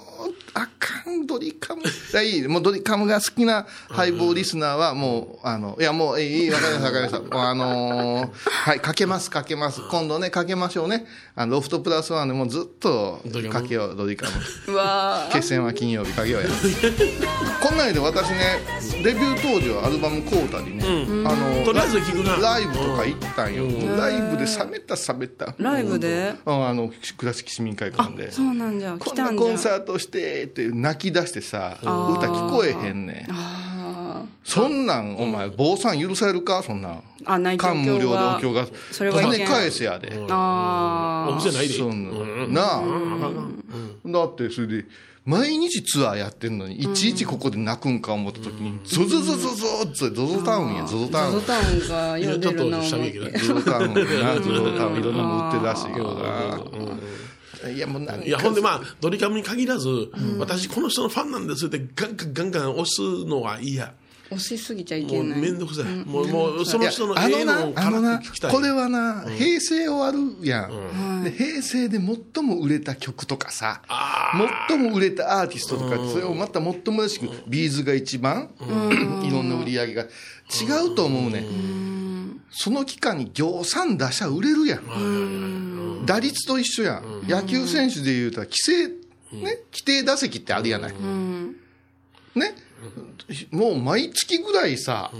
Speaker 3: あかんドリカムがいいもうドリカムが好きなハイボーリスナーはもうあのいやもういいわかりましたわかりましたもうあのーはいかけますかけます今度ねかけましょうねあのロフトプラスワンでもうずっと
Speaker 4: ドリカム
Speaker 3: かけようドリカ ム
Speaker 2: うわー
Speaker 3: 決戦は金曜日かけようやこんなんで私ねデビュー当時はアルバム買うたりね、あの
Speaker 4: とりあえず聞くな
Speaker 3: ライブとか行ったんよ、ライブで冷めた冷め た、
Speaker 2: ライブで
Speaker 3: うんあの倉敷市民会館で
Speaker 2: そうなんじゃ
Speaker 3: こ
Speaker 2: 来
Speaker 3: ん
Speaker 2: た
Speaker 3: なんコン
Speaker 2: じゃ
Speaker 3: サートしてって泣き出してさ歌
Speaker 2: ー
Speaker 3: 聞こえへんねん
Speaker 2: あ
Speaker 3: そんなんお前坊さん許されるかそんなん
Speaker 2: ーあ内
Speaker 3: 感無量でお経が
Speaker 2: それはいけん
Speaker 3: 金返せやで、
Speaker 4: お
Speaker 2: あ
Speaker 4: 店ないで
Speaker 3: そんななあ、だってそれで毎日ツアーやってんのにいちいちここで泣くんか思った時に、ゾゾゾゾゾってゾゾタウンやゾゾタ
Speaker 2: あ
Speaker 3: ウ
Speaker 2: ゾ
Speaker 3: ン
Speaker 2: タウンが
Speaker 4: い
Speaker 2: 呼
Speaker 4: や
Speaker 2: ん
Speaker 4: ちょ
Speaker 2: で
Speaker 4: っと
Speaker 2: るな
Speaker 4: し
Speaker 2: 思
Speaker 4: た
Speaker 2: っ
Speaker 4: げ
Speaker 2: て
Speaker 4: きだ
Speaker 3: ゾゾタウンなゾゾタウンいろんなもん売ってるらしいけどな、いやもうなんか
Speaker 4: いやほんでまあドリカムに限らず、私この人のファンなんですってガンガンガンガン押すのは嫌
Speaker 2: 押しすぎちゃい
Speaker 4: も
Speaker 2: け
Speaker 4: う
Speaker 2: な
Speaker 4: め
Speaker 2: い
Speaker 4: んどくさい、もうもうそ
Speaker 3: い
Speaker 4: の
Speaker 3: や
Speaker 4: 人の
Speaker 3: あ
Speaker 4: ええ
Speaker 3: の
Speaker 4: のを
Speaker 3: な、あ
Speaker 4: から
Speaker 3: のな
Speaker 4: 聞きたい、
Speaker 3: これはな、平成終わるやん,、で。平成で最も売れた曲とかさ、最も売れたアーティストとか、それをまた最も嬉しく、ビーズが一番、いろんな売り上げが違うと思うね、ん。その期間に行産打者売れるやん。打率と一緒やん。野球選手で言うたら、規制、ね、規定打席ってあるやない。ね、もう毎月ぐらいさ、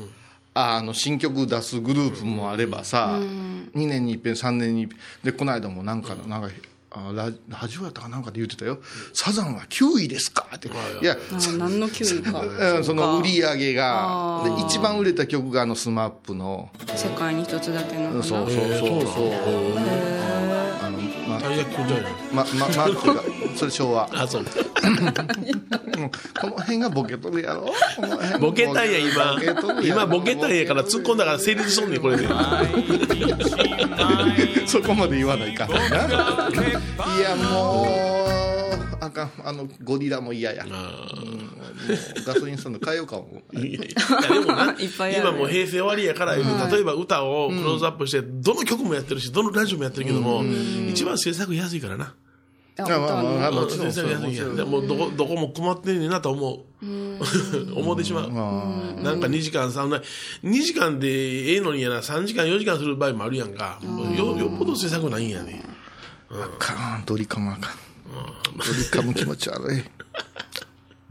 Speaker 3: あの新曲出すグループもあればさ、2年に一遍3年に一遍でこの間もなんかのなんかあララジオやったかなんかで言ってたよ「サザンは9位ですか?」って「いや
Speaker 2: あー何の給位 か
Speaker 3: うんその売り上げが
Speaker 2: あ
Speaker 3: で一番売れた曲があの SMAP の
Speaker 2: 世界に一つだけな
Speaker 3: そ
Speaker 2: の
Speaker 3: う
Speaker 2: かな
Speaker 3: そうそうそうあの
Speaker 4: 大学じゃない
Speaker 3: まままマークがそれ昭和
Speaker 4: あそう
Speaker 3: うんこの辺がボケとるやろこの辺
Speaker 4: ボケたんや今
Speaker 3: ボケとるやろ
Speaker 4: 今ボケたんやから突っ込んだから成立しとんねんこれで
Speaker 3: そこまで言わないかんな。いやもうあかんあのゴリラも嫌や。うんガソリンスタンド変えようかも。
Speaker 4: いやいやでもな
Speaker 2: いっぱいある
Speaker 4: 今もう平成終わりやから、例えば歌をクローズアップして、どの曲もやってるし、どのラジオもやってるけども、一番制作安いからな。
Speaker 2: あ
Speaker 3: まあまあまあ
Speaker 2: 本
Speaker 3: もちろ
Speaker 4: 先
Speaker 3: んそ
Speaker 4: 生
Speaker 3: うや
Speaker 4: がやる
Speaker 3: も
Speaker 4: ん
Speaker 3: ち
Speaker 4: や
Speaker 3: ろん
Speaker 4: でもどこどこも困ってんねんなと思う 思ってしまう、
Speaker 3: あ
Speaker 4: なんか2時間、3、2時間でええのにやな、3時間、4時間する場合もあるやんか、もうよよっぽど制作ないんやね。
Speaker 3: あかんドリカムあかんドリカム気持ち悪い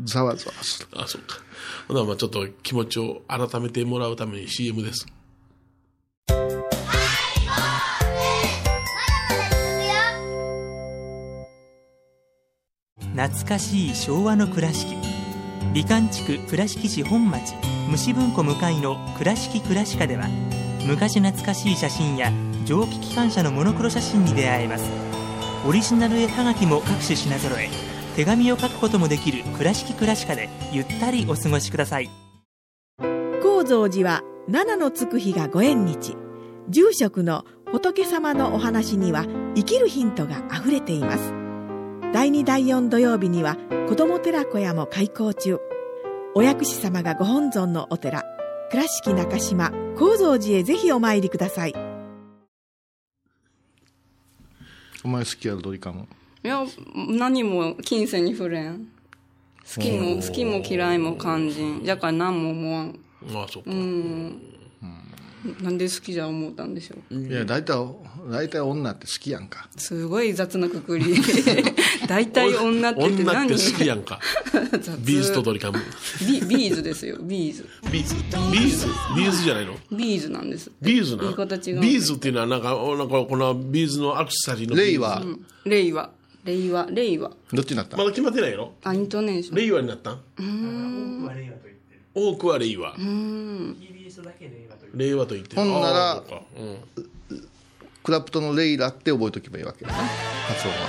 Speaker 3: ざわざわする
Speaker 4: あ、そっか。ほな、まあちょっと気持ちを改めてもらうために CM です。
Speaker 5: 懐かしい昭和の倉敷美観地区倉敷市本町虫文庫向かいの「倉敷倉歯科」では昔懐かしい写真や蒸気機関車のモノクロ写真に出会えますオリジナル絵はがきも各種品揃え手紙を書くこともできる「倉敷倉歯科」でゆったりお過ごしください
Speaker 6: 高蔵寺は七のつく日がご縁日住職の仏様のお話には生きるヒントがあふれています第2第4土曜日には子ども寺小屋も開校中お薬師様がご本尊のお寺倉敷中島・高蔵寺へぜひお参りください
Speaker 3: お前好きやろドリカム
Speaker 2: いや何も金銭に触れん好きも好きも嫌いも肝心だから何も思わん
Speaker 4: まあそっか。
Speaker 2: うんなんで好きじゃ思ったんでしょう
Speaker 3: いや大体大体女って好きやんか
Speaker 2: すごい雑なく くり大体女ってって
Speaker 4: 女っ
Speaker 2: 何
Speaker 4: て好きやんか。ビーズとドリカム。
Speaker 2: ビビーズですよビーズ
Speaker 4: ビビーズビーズじゃないの
Speaker 2: ビーズなんですって
Speaker 4: ビーズな
Speaker 2: 言い方違う
Speaker 4: ビーズっていうのはなんか、おなんかこのビーズのアクセサリーの。
Speaker 3: レイ。は
Speaker 2: 令和令和令和
Speaker 3: どっちになった
Speaker 4: まだ決まってないやろ
Speaker 2: あイントネーション
Speaker 4: レイはになったん
Speaker 1: 僕は令和と言ってる
Speaker 4: 多くはレイは。
Speaker 1: TBS だけ令和と言ってる
Speaker 4: レイはと言ってる。
Speaker 3: ほんなら
Speaker 4: あーそうかうん
Speaker 3: クラプトのレイラって覚えとけばいいわけやな発音は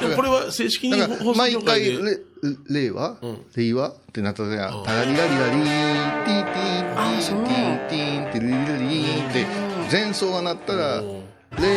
Speaker 4: でもこれは正式に
Speaker 3: だ
Speaker 4: 放
Speaker 3: から
Speaker 4: 送
Speaker 3: 毎
Speaker 4: 協会
Speaker 3: 回
Speaker 4: で。
Speaker 3: レレイは、レイはってなったらタラリラリラリーンティーティーン
Speaker 2: あそう
Speaker 3: ティーティーンティーティーンティリリリリーンって前奏が鳴ったらレイはになるから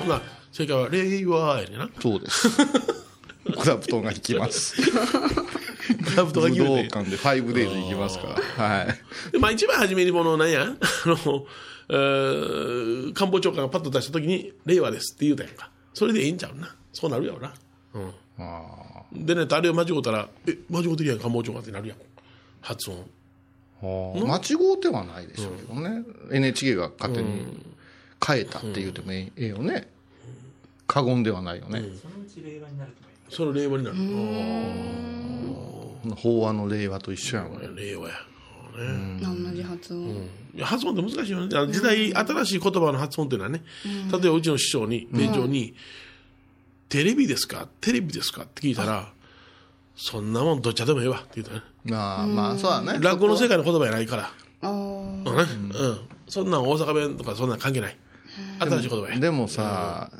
Speaker 4: ほな、正解は令和やねんな。
Speaker 3: そうです。クラプトンが行きます。
Speaker 4: クラフトが
Speaker 3: 武
Speaker 4: 決め
Speaker 3: 道
Speaker 4: て
Speaker 3: 館で5 days 行きますから。はい。
Speaker 4: でまあ一番初めにこの、なんや、 あの、えー官房長官がパッと出した時に、令和ですって言うたやんか。それでええんちゃうな。そうなるやろな。うん。でね、あれを間違うたら、え、間違うてるやん、官房長官ってなるやん。発音。
Speaker 3: 間違うてはないでしょうけどね。NHK が勝手に変えたって言うてもええよね。過言ではないよね。
Speaker 1: そのうち令和になると思います
Speaker 4: それ令和になる。
Speaker 3: 法話の令和と一緒やもんね
Speaker 4: あ。ー令和や。
Speaker 2: 同じ発音、
Speaker 4: いや発音って難しいよね。あの時代、新しい言葉の発音っていうのはね、例えばうちの師匠に、米朝に、テレビですかテレビですかって聞いたら、そんなもんどっちゃでもええわって言ったね。
Speaker 3: まあまあ、そうだね。
Speaker 4: 落語の世界の言葉やないから。
Speaker 2: ああ
Speaker 4: うんうん。そんなん大阪弁とかそんなん関係ない。新しい言葉や。
Speaker 3: でもさ、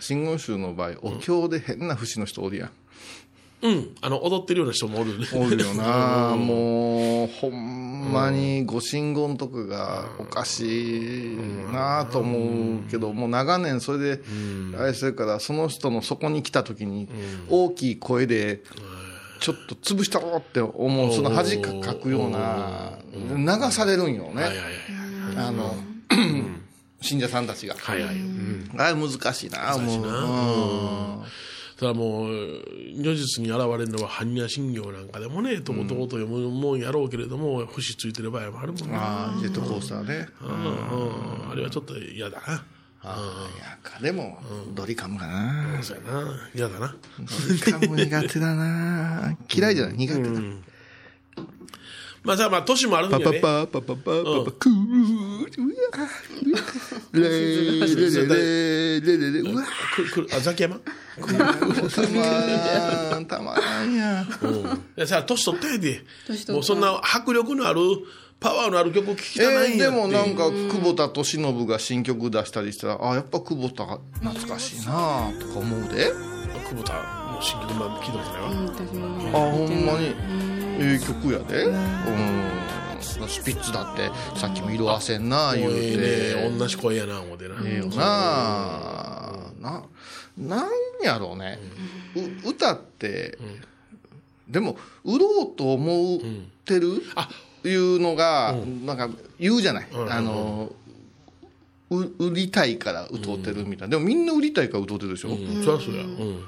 Speaker 3: 真言宗の場合、お経で変な節の人おるやん。
Speaker 4: うん。あの、踊ってるような人もおるね。
Speaker 3: おるよなもうほんまにご神言とかがおかしいなと思うけどもう長年それで愛してるからその人のそこに来た時に大きい声でちょっと潰したろって思うその恥かかくような流されるんよね
Speaker 4: はいはい
Speaker 3: あの信者さんたちが
Speaker 4: はい。はいはい。うん
Speaker 3: あれ難しいな思ううん
Speaker 4: ただもう、如実に現れるのは般若心経なんかでもね、とことこと読むもんやろうけれども、節ついてる場合もあるもんね。
Speaker 3: ああジェットコースターね
Speaker 4: うんうんあれはちょっと嫌だな。
Speaker 3: あーいやでもドリカムかな
Speaker 4: そうやな。嫌だな。
Speaker 3: 理科も苦手だな嫌いじゃない苦手だ。
Speaker 4: まあさあまあ、年もあるんや
Speaker 3: パ
Speaker 4: ね。
Speaker 3: パパパパパパパクーレレレレレレレうわ
Speaker 4: くくあ、ザキヤマ
Speaker 3: たまらんたまらんや
Speaker 4: うん。さあ、年取ったやで。
Speaker 2: 年取った
Speaker 4: もうそんな迫力のある、パワーのある曲聴きたない
Speaker 3: えで
Speaker 4: んやっていう
Speaker 3: もなんか久保田利伸が新曲出したりしたらあやっぱ久保田懐かしいなとか思うで
Speaker 4: 久保田の新曲まあ聞いたことないわ。
Speaker 2: 私も
Speaker 3: あほんまにええ曲やでうんスピッツだってさっきも色あせんな言う
Speaker 4: え
Speaker 3: て
Speaker 4: えね同じ声やな、思うてな。
Speaker 3: ええよなななんやろうね、う歌って、でも売ろうと思ってる、いうのが、なんか言うじゃない、あのう売りたいから歌うてるみたいな、でもみんな売りたいから歌うてるでしょ、
Speaker 4: うん、そりゃそうや、うん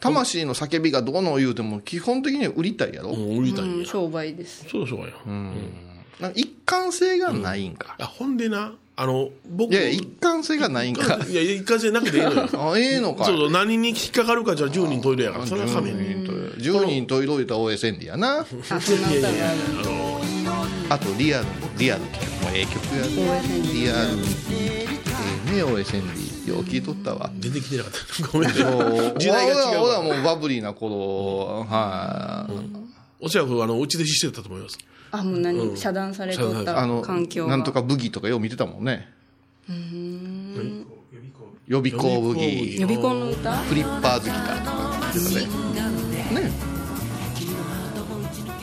Speaker 3: 魂の叫びがどうの言うても基本的には売りたいやろ、
Speaker 4: うん、売りたいん
Speaker 2: うん
Speaker 4: や、
Speaker 2: 商売です
Speaker 4: そうそうや、
Speaker 3: なんか一貫性がないんか、
Speaker 4: あほんでなあの僕
Speaker 3: いやいや一貫性がないんか
Speaker 4: いや一貫性なくていいの よ
Speaker 3: あええのか
Speaker 4: そうそう何に引っかかるかじゃあ10人トイレやからそれは亀に
Speaker 3: 10人と10人といろいた OSN やな
Speaker 2: あそんな歌がある
Speaker 4: あの
Speaker 3: あとリアルリアルって曲もええ曲やリアルええね OSN よう聞いとったわ
Speaker 4: 出てきてなかったごめんね
Speaker 3: そう
Speaker 4: 時代が違うから
Speaker 3: 俺はもうバブリーな頃はい、
Speaker 4: おそらくあのうち弟子してたと思います
Speaker 2: あもう何、遮断されとっ
Speaker 3: あ
Speaker 2: た
Speaker 3: の
Speaker 2: 環境が
Speaker 3: なんとかブギとかよう見てたもんね
Speaker 1: 予備校
Speaker 3: 予備校ブギ
Speaker 2: 予備校の歌
Speaker 3: フリッパーズギターとかねね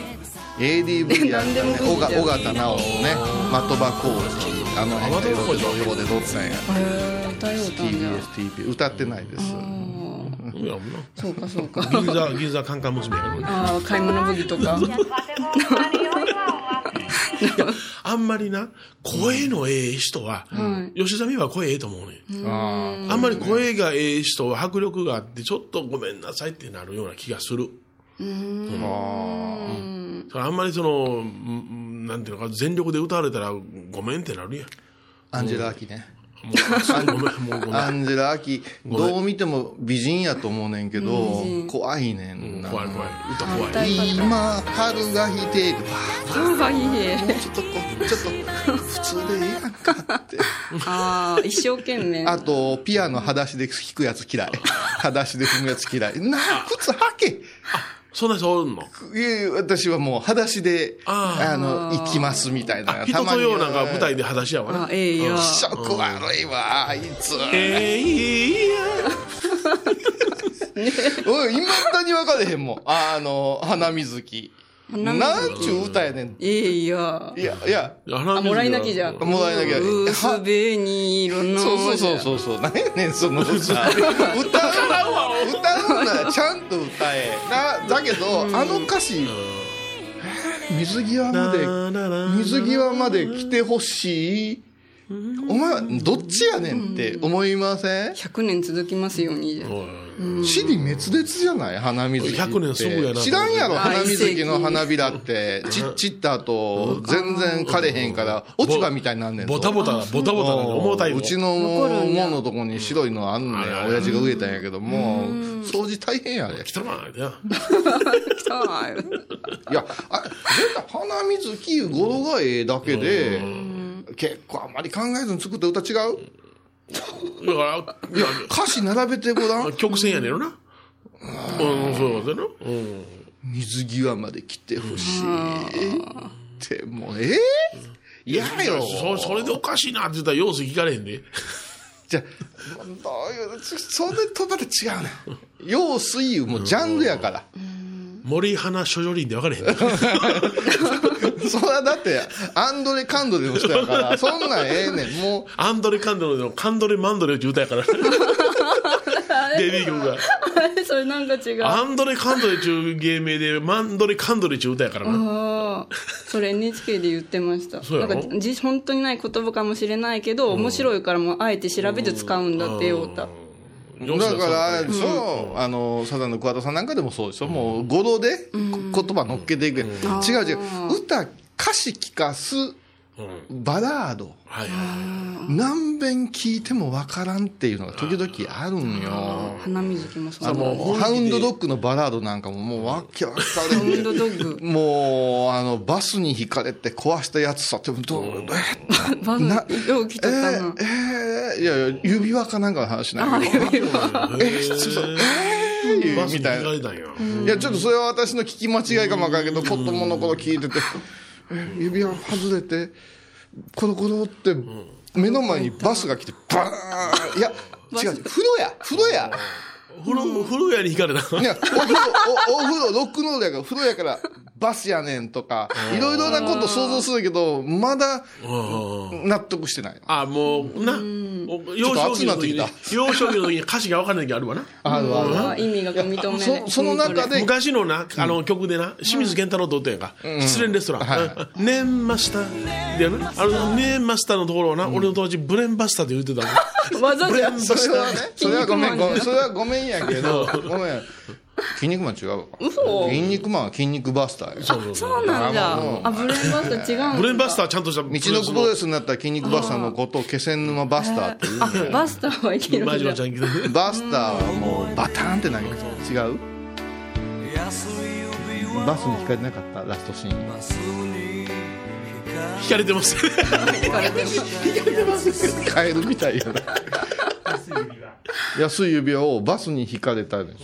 Speaker 2: なんでもブギじゃん
Speaker 3: ADV やったね尾形緒直人ね的場浩司あの辺
Speaker 4: 的場浩司
Speaker 3: のでどうしたんや
Speaker 2: へえ歌よ歌んじゃ
Speaker 3: TBS TBS 歌ってないです
Speaker 4: いやもうな
Speaker 2: そうかそうか
Speaker 4: 銀座銀座カンカン娘やのに
Speaker 2: ああ買い物武器とか
Speaker 4: あんまりな声のええ人は、
Speaker 2: は
Speaker 4: 吉田美和は声ええと思うね、
Speaker 3: あー
Speaker 4: あんまり声がええ人は迫力があってちょっとごめんなさいってなるような気がする
Speaker 3: あ
Speaker 4: それあんまりそのうんなんていうのか全力で歌われたらごめんってなるや ん
Speaker 3: ーアンジェラ・アキね
Speaker 4: もうそうごめんもうごめん
Speaker 3: アンジェラ・アキどう見ても美人やと思うねんけど怖いねんな
Speaker 4: 怖い怖い歌 怖い
Speaker 2: 反対
Speaker 3: 今春がひていてわ
Speaker 2: そうがいい ね
Speaker 3: ーちょっとこうちょっと普通でええやんかって
Speaker 2: ああ一生懸命
Speaker 3: あとピアノ裸足で弾くやつ嫌 い裸足で踏むやつ嫌いなあ靴履け
Speaker 4: そんな人おるの
Speaker 3: いやいや私はもう裸足であ
Speaker 4: あ
Speaker 3: の行きますみたいな
Speaker 4: あ人とようなんか舞台
Speaker 3: で
Speaker 4: で裸足やわ
Speaker 2: あ
Speaker 4: な
Speaker 2: ええや
Speaker 3: 食悪いわあいつ
Speaker 4: ええいいや
Speaker 3: おい、今だに分かれへんもん。あの、花水木。
Speaker 2: 花水木
Speaker 3: なんちゅう歌やねん。
Speaker 2: ええや
Speaker 3: いや、いや、
Speaker 2: あもらい泣きじゃん
Speaker 3: もらい泣きや
Speaker 2: 薄紅色の
Speaker 3: そうそうそうそうそう。何やねん、その 歌。歌う歌うならちゃんと歌え。な、だけど、あの歌詞、水際まで、水際まで来てほしい。お前、どっちやねんって思いません
Speaker 2: 100年続きますようにじゃ ん
Speaker 3: 死に滅裂じゃない花水木って。
Speaker 4: 100年すぐやな
Speaker 3: 知らんやろ、
Speaker 2: あ
Speaker 3: 花水木の花びらって。ちっちった後、全然枯れへんから、落ち葉みたいになんねんぞ。
Speaker 4: ボタボタボタボタなの重たいの
Speaker 3: うちの
Speaker 2: 残るんや
Speaker 3: 門のとこに白いのあんの
Speaker 4: あら
Speaker 3: よ。
Speaker 4: ら
Speaker 3: 親父が植えたんやけども、掃除大変やで。
Speaker 4: 汚いない
Speaker 2: 汚
Speaker 3: いや、あ絶対花水木語呂がええだけで、結構あんまり考えずに作った歌違う
Speaker 4: だからいや
Speaker 3: 歌詞並べてごらん。
Speaker 4: 曲線やねんなうんそういうことやなうん
Speaker 3: 水際まで来てほしい。って、もう、ええ嫌よ。
Speaker 4: そそれでおかしいなって言ったら様子聞かれへんで
Speaker 3: じゃあどういう、ちそれとまた違うね。用水油もジャンルやから。
Speaker 4: 森花処女林で分かれへんで
Speaker 3: それはだって、アンドレ・カンドレの人やから、そんなんええねん。も
Speaker 4: アンドレ・カンドレのカンドレ・マンドレって歌 やから。デビュー曲が。
Speaker 2: い それなんか違う
Speaker 4: アンドレ・カンドレっていう芸名で、マンドレ・カンドレっていう歌やからな。
Speaker 2: ああそれ NHK で言ってました
Speaker 4: そうやろ
Speaker 2: なんかじ本当にない言葉かもしれないけど、面白いからもうあえて調べて使うんだってようた
Speaker 3: う、だからあれで
Speaker 4: う
Speaker 3: しょ、あの、サザンの桑田さんなんかでもそうでしょ。もう、語呂でこ言葉乗っけていくやん。違う違う。歌、歌詞聞かす、
Speaker 4: ん。はい
Speaker 3: バラード。
Speaker 4: はいは
Speaker 3: 何遍聞いてもわからんっていうのが時々あるんよ。
Speaker 2: 花水木もそう
Speaker 3: あ
Speaker 2: だ
Speaker 3: の、ハウンドドッグのバラードなんかももうわけわかれ
Speaker 2: ハウン
Speaker 3: へん
Speaker 2: ドドッグ
Speaker 3: もう、あの、バスに引かれて壊したやつさって、どう、え
Speaker 2: バズ
Speaker 3: な
Speaker 2: よう来とったな、
Speaker 3: ー、えー、いやいや、指輪かなんかの話なんやけど
Speaker 4: い。え、そうそう。
Speaker 3: えー
Speaker 4: バス
Speaker 3: み
Speaker 4: に
Speaker 3: たい
Speaker 4: 聞か
Speaker 3: な。
Speaker 4: れたんや。
Speaker 3: いや、ちょっとそれは私の聞き間違いかもわからんけど、子供の頃聞いてて、えー指輪外れて、コロコロって、目の前にバスが来て、バーンいや、違う、風呂や、風呂や。
Speaker 4: 古古谷に惹かれた。
Speaker 3: いや、お風呂、おお風呂、ロックノールやから、風呂やから、バスやねんとか、いろいろなこと想像するけど、まだ
Speaker 4: うん
Speaker 3: 納得してない。
Speaker 4: あ、もう、な、幼少
Speaker 3: 暑
Speaker 4: 期
Speaker 3: くなっ
Speaker 4: の
Speaker 3: て
Speaker 4: 時
Speaker 3: きた
Speaker 4: に、幼少期の時に歌詞が分かんない時あるわな。
Speaker 3: あるある
Speaker 2: あ意味が認めない
Speaker 3: そその中で
Speaker 4: 昔のな、あの曲でな、清水健太郎と歌うやんか、失恋レストラン、
Speaker 3: はい
Speaker 4: うんネンマスターでな、あのネンマスターのところをな、俺の友達、ブレンバスターって言ってたの。
Speaker 2: わざ
Speaker 4: ブ
Speaker 2: と
Speaker 4: レ
Speaker 2: や
Speaker 4: ンバ
Speaker 3: そ
Speaker 4: ス
Speaker 3: れはね
Speaker 4: タ、
Speaker 3: それはごめん、ごめ
Speaker 2: 筋
Speaker 3: ん、
Speaker 2: 肉マン
Speaker 3: それはごめんやけど、ごめん。筋肉マン違うわ。
Speaker 2: 嘘
Speaker 3: 筋肉マンは筋肉バスターや。
Speaker 4: ー。
Speaker 2: そうなんだあブレーンバスター違うんだ
Speaker 4: ブレンバスターはちゃんとした道
Speaker 3: 道のプロレスになったら筋肉バスターのことを気仙沼バスターっていう。
Speaker 2: あバスターはいけるんだ
Speaker 4: 前島ちゃん来 てる
Speaker 3: バスターはもうバターンって投げて違うバスに引かれてなかったラストシーン
Speaker 4: 引かれてます。
Speaker 3: カエルみたいやな安い指輪をバスに引かれたんでし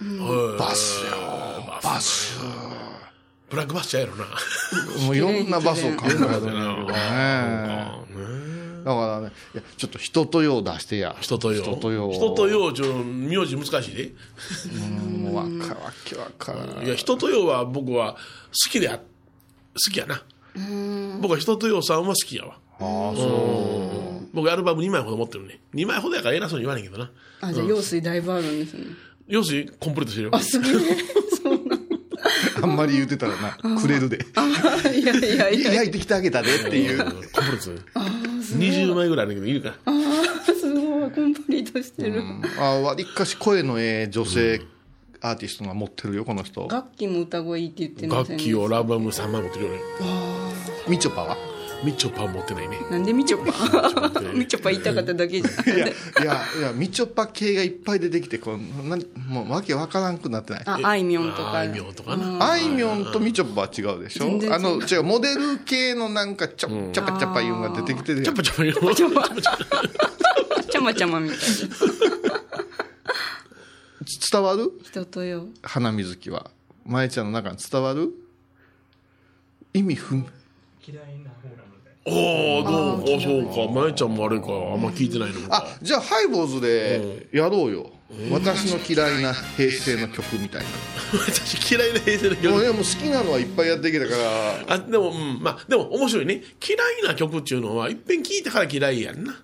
Speaker 3: ょバスよバス
Speaker 4: ブラックバスターやろな。
Speaker 3: もういろんなバスを考えてるよねだからねいやちょっと人と用出してや
Speaker 4: 人とよ。
Speaker 3: 人と用
Speaker 4: 人とよ、ちょ、名字難しいで。
Speaker 3: もうわかわけわからない
Speaker 4: いや、人とよは僕は好きであ、好きやな。僕は人とよさんは好きやわ。
Speaker 3: ああそう
Speaker 4: 僕アルバム2枚ほど持ってるね。2枚ほどやから偉そうに言わないけどな。
Speaker 2: あじゃあ用水だいぶあるんですね
Speaker 4: 要するにコンプリートしてるよ。
Speaker 2: すげえそうなん
Speaker 3: あんまり言ってたらなくれるで
Speaker 2: だいやいやいや
Speaker 3: 焼いてきてあげたでっていう
Speaker 4: コンプリートする。20枚ぐらいあるけど、いるから。
Speaker 2: すごいコンプリートしてる
Speaker 3: あわりかし声のええ女性アーティストが持ってるよこの人
Speaker 2: 楽器も歌声いいって言ってませ
Speaker 4: 楽
Speaker 2: ん
Speaker 4: 器をラブアム3枚持ってるよね。
Speaker 3: みちょぱは
Speaker 4: みちょぱは持ってないね。
Speaker 2: なんでみちょぱみちょぱ言いたかっただけじゃ
Speaker 3: いや
Speaker 2: ん
Speaker 3: いやいやみちょぱ系がいっぱい出てきてこうなんもうわけわからんくなってない
Speaker 2: ああいみょんと
Speaker 4: あ
Speaker 2: か
Speaker 4: いみょんとかな。
Speaker 3: あいみょんとみちょぱは違うでしょ
Speaker 2: 全然違う
Speaker 3: あの違うモデル系のなんかちょちゃぱちゃぱいうのが出てきてる
Speaker 4: ち
Speaker 3: や
Speaker 4: ょ
Speaker 3: ん
Speaker 4: ぱちょぱ言うの。
Speaker 2: ちゃまちゃまみたいな
Speaker 3: 伝わる
Speaker 2: 人とよ
Speaker 3: 花水木はまえちゃんの中に伝わる意味不明
Speaker 1: 嫌いな方なので
Speaker 4: おおどうもあそうかまえちゃんもあれかあんま聞いてないの
Speaker 3: あ
Speaker 4: か
Speaker 3: じゃあハイボーズでやろうよ、私の嫌いな平成の曲みたいな
Speaker 4: 私嫌いな平成の
Speaker 3: もう
Speaker 4: 曲
Speaker 3: でも好きなのはいっぱいやってきたから
Speaker 4: あでもうんまあでも面白いね嫌いな曲っていうのはいっぺん聞いたから嫌いやんな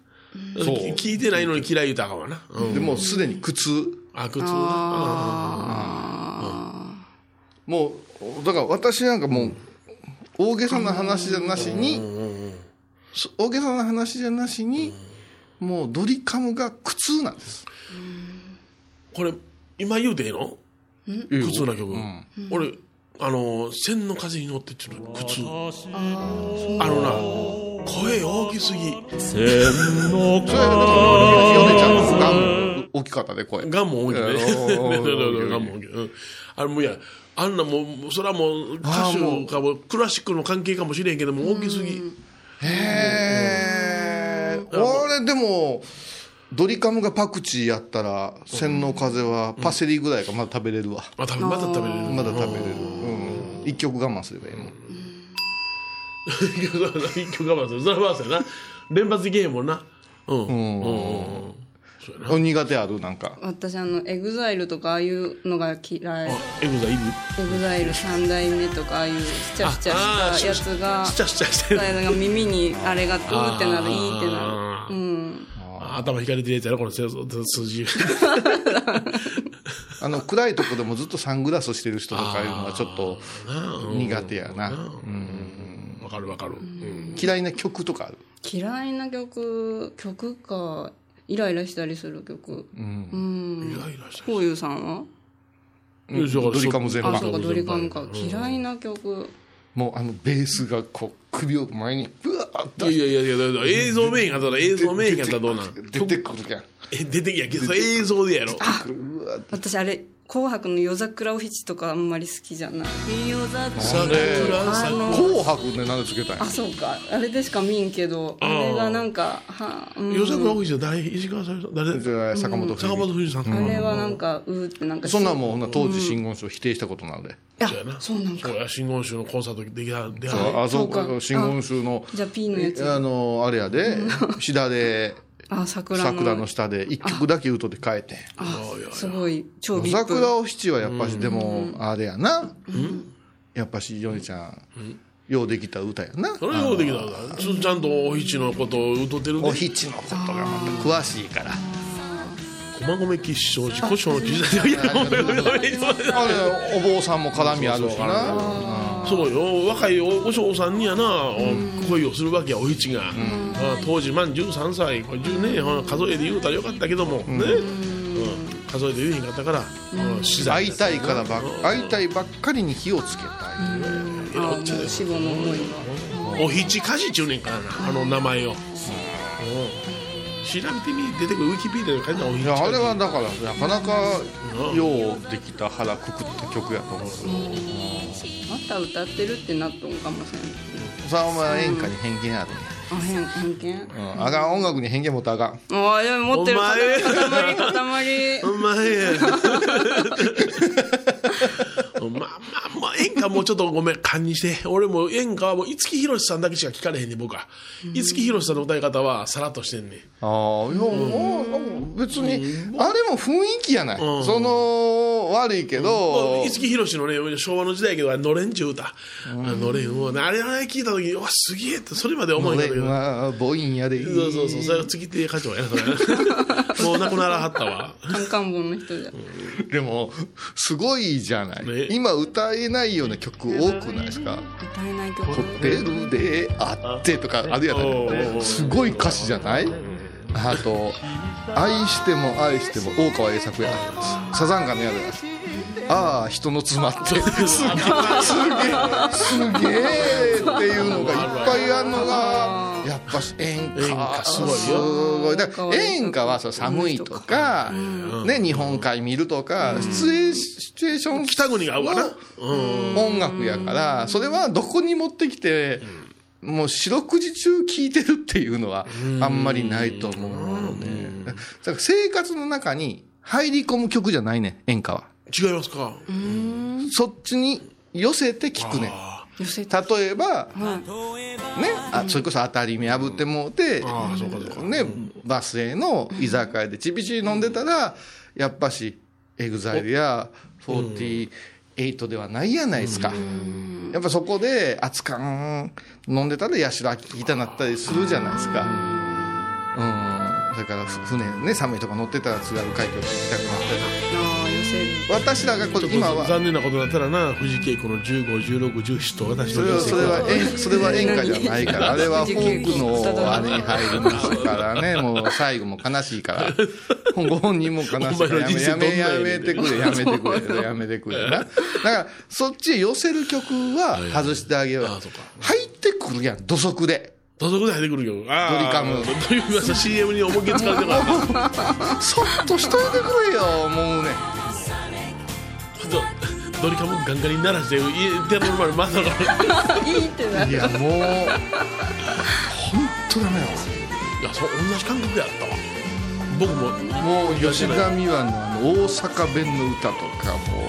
Speaker 3: そう
Speaker 4: 聞いてないのに嫌い言うたらあかんわな、うん、
Speaker 3: でもうすでに苦痛
Speaker 4: あ苦痛だ
Speaker 3: もうだから私なんかもう大げさな話じゃなしにそ大げさな話じゃなしにもうドリカムが苦痛なんです
Speaker 4: これ今言うてええの苦痛な曲、俺あの「千の風に乗って」っていうの苦痛あのな声大きすぎ
Speaker 3: それはでも米ちゃんのが大きかったで声
Speaker 4: ガンも 多いね。
Speaker 3: えーおー
Speaker 4: ガンも多い。うんあれもういや、あんなもう、それはもう歌手かも、クラシックの関係かもしれんけども、大きすぎ。
Speaker 3: へえ俺でもドリカムがパクチーやったら洗脳風はパセリぐらいがまだ食べれるわ
Speaker 4: まあ、食べまだ食べれ る。
Speaker 3: まだ食べれるうん一曲我慢すればいいもん
Speaker 4: 一曲我慢する。それはそうやな。連発ゲームもんな。うん。うんうんうん。そうやな。
Speaker 3: お苦手あるなんか
Speaker 2: 私あのエグザイルとかああいうのが嫌い
Speaker 4: エグザいる
Speaker 2: エグザイル三代目とかああいうしちゃしちゃ
Speaker 4: ああ
Speaker 2: したやつが
Speaker 4: しちゃしち ゃしてる
Speaker 2: そういうのが耳にあれがうーってなるいいってな
Speaker 4: る。あー頭引かれてるやつやろ、この数数字。
Speaker 3: あの暗いとこでもずっとサングラスしてる人とかいうのはちょっと苦手やな、
Speaker 4: わかるわかる。うん
Speaker 3: 嫌いな曲とかある
Speaker 2: る嫌いな曲曲かイライラしたりする曲
Speaker 4: イライラした
Speaker 2: こういうさんは
Speaker 4: うん
Speaker 3: ドリカム全
Speaker 2: あ
Speaker 3: 般
Speaker 2: そうかドリカムか嫌いな曲
Speaker 3: もうあのベースがこう首を前にブワーッと
Speaker 4: いやいやいやだから映像メインやったら映像メインやったらどうなん
Speaker 3: 出てくるやん
Speaker 4: え出てきやけどそれ映像でやろ
Speaker 3: うわ
Speaker 2: 私あれ「紅白」の夜桜おひちとかあんまり好きじゃない夜桜あの
Speaker 3: 紅白で何でつけたんや
Speaker 2: あそうかあれでしか見んけどあれがなんかは、うん
Speaker 4: 夜桜オフィス誰石川さゆりさん誰
Speaker 3: じゃあ坂本冬
Speaker 4: 坂
Speaker 3: 美
Speaker 4: 本冬美さん
Speaker 2: あれはなんかうーってなんか
Speaker 3: そんなんもうほんな当時真言宗否定したことなので、
Speaker 2: いや
Speaker 4: そうやな
Speaker 2: そうなんか
Speaker 4: そうや真言宗のコンサートできたであ
Speaker 3: あそうか
Speaker 2: そうか
Speaker 3: 真言宗の
Speaker 2: じゃあ P のやつ
Speaker 3: あのあれやでシダで
Speaker 2: あ桜の
Speaker 3: 桜の下で一曲だけ歌って帰って
Speaker 2: あすごい超ビップ
Speaker 3: 桜お七はやっぱしでもあれやな、やっぱしヨネちゃん、ようできた歌やな。
Speaker 4: それようできた歌ちょちゃんとおひちのことを歌ってるね
Speaker 3: おひちのことがまた詳しいから。
Speaker 4: 駒込吉祥寺古書の吉祥寺いやごめんごめんごめん
Speaker 3: あれお坊さんも絡みあるしな。
Speaker 4: そうよ若いおお嬢さんにやな、お恋をするわけやおひちが、あ当時満13歳これ10年ほら数えで言うたらよかったけども、ね、うん数えで言えへんかったから、うん、死
Speaker 3: 会
Speaker 4: 罪
Speaker 3: いたいからばっ会いたいばっかりに火をつけたい。
Speaker 2: ああもう死後の思い
Speaker 4: おひちかしちゅうねんからなあの名前を、うん、調べてみ出てくるウィキペディアに書いたおひち
Speaker 3: い
Speaker 4: か
Speaker 3: や
Speaker 4: じ
Speaker 3: あれはだからなかなかようできた腹くくった曲やと思うけ
Speaker 2: また歌ってるってなっとんかもしれない
Speaker 3: どさあお前演歌に偏見あるね、
Speaker 2: あ偏偏見
Speaker 3: うん、あかん音楽に偏見持ったらあかん
Speaker 2: ああでも持ってる
Speaker 4: お前
Speaker 2: 塊塊
Speaker 4: お前やまあまあまあ演歌もうちょっとごめん勘にして俺も演歌はもう五木ひろしさんだけしか聞かれへんねん僕は五木ひろしさんの歌い方はさらっとしてんねん
Speaker 3: ああいや、うん、別にあれも雰囲気やない、
Speaker 4: うん
Speaker 3: その悪いけど、
Speaker 4: 五木ひろしのね昭和の時代やけどあれのれんちゅう歌、あのれんをねあれあれ聞いた時にうわすげえってそれまで思いな
Speaker 3: 俺
Speaker 4: んだけど
Speaker 3: は母音やで
Speaker 4: そうそうそうそれは月亭課長やなそれもう亡くならはったわ
Speaker 2: カンカンボンの人じゃん
Speaker 3: でもすごいじゃない、
Speaker 4: ね
Speaker 3: 今歌えないような曲多くないですか
Speaker 2: 歌えない
Speaker 3: 「
Speaker 2: 曲
Speaker 3: ホテルで会って」とかあるや
Speaker 4: う
Speaker 3: なんいすごい歌詞じゃないあと「愛しても愛しても大川栄作やサザンカのやだああ人の妻」ってすげえすげえっていうのがいっぱいあるのが。やっぱ演
Speaker 4: 演
Speaker 3: 歌
Speaker 4: 歌
Speaker 3: す
Speaker 4: す
Speaker 3: ご
Speaker 4: ご
Speaker 3: い
Speaker 4: い
Speaker 3: よ
Speaker 4: よ
Speaker 3: だから演歌はさ寒いとか、ね、日本海見るとか、シチュエーシチュエーション
Speaker 4: 北国が合うわな、うん
Speaker 3: 音楽やから、それはどこに持ってきて、もう四六時中聴いてるっていうのはあんまりないと思うので、だから生活の中に入り込む曲じゃないね、演歌は。
Speaker 4: 違いますか、
Speaker 3: そっちに寄せて聴くね。
Speaker 2: 寄せた
Speaker 3: 例えば、
Speaker 2: はい
Speaker 3: ね、あそれこそ当たり目破ってもうて、
Speaker 4: ああそうかそうか
Speaker 3: ね、バスへの居酒屋でちびちび飲んでたら、やっぱし、エグザイルや48ではないやないですか。やっぱそこで、熱燗飲んでたら、ヤシロアキたなったりするじゃないですか。うん。だから、ふ船ね、寒いとか乗ってたら津軽海峡行きたくなったり。
Speaker 2: ああ寄せる
Speaker 3: 私らがこ
Speaker 4: ちょっと
Speaker 3: 今は、
Speaker 4: 残念なことだったらな藤井恵子の151617と私
Speaker 3: そ
Speaker 4: の
Speaker 3: れは、
Speaker 4: 人生
Speaker 3: それは演、それは演歌じゃないから、あれはフォークのあれに入りますからね、もう最後も悲しいから、ご本人も悲しいから、やめやめやめてくれ、やめてくれ、やめてくれな。だから、そっちへ寄せる曲は外してあげよう
Speaker 4: ああそうか。
Speaker 3: 入ってくるやん、土足で。
Speaker 4: 土足で入ってくるよ。あー
Speaker 3: ドリカム
Speaker 4: ドリカムがさ CM に思いっきり使われてからな。
Speaker 3: そっとしといてくれよ、もうね。
Speaker 4: ドリカムガンガンに鳴らして、家、テロまでまだから。い
Speaker 2: いいってない
Speaker 3: や、もう、ほんとダメだわ。
Speaker 4: や、そう、同じ感覚やったわ。僕も、
Speaker 3: もう吉田美和のあの大阪弁の歌とかも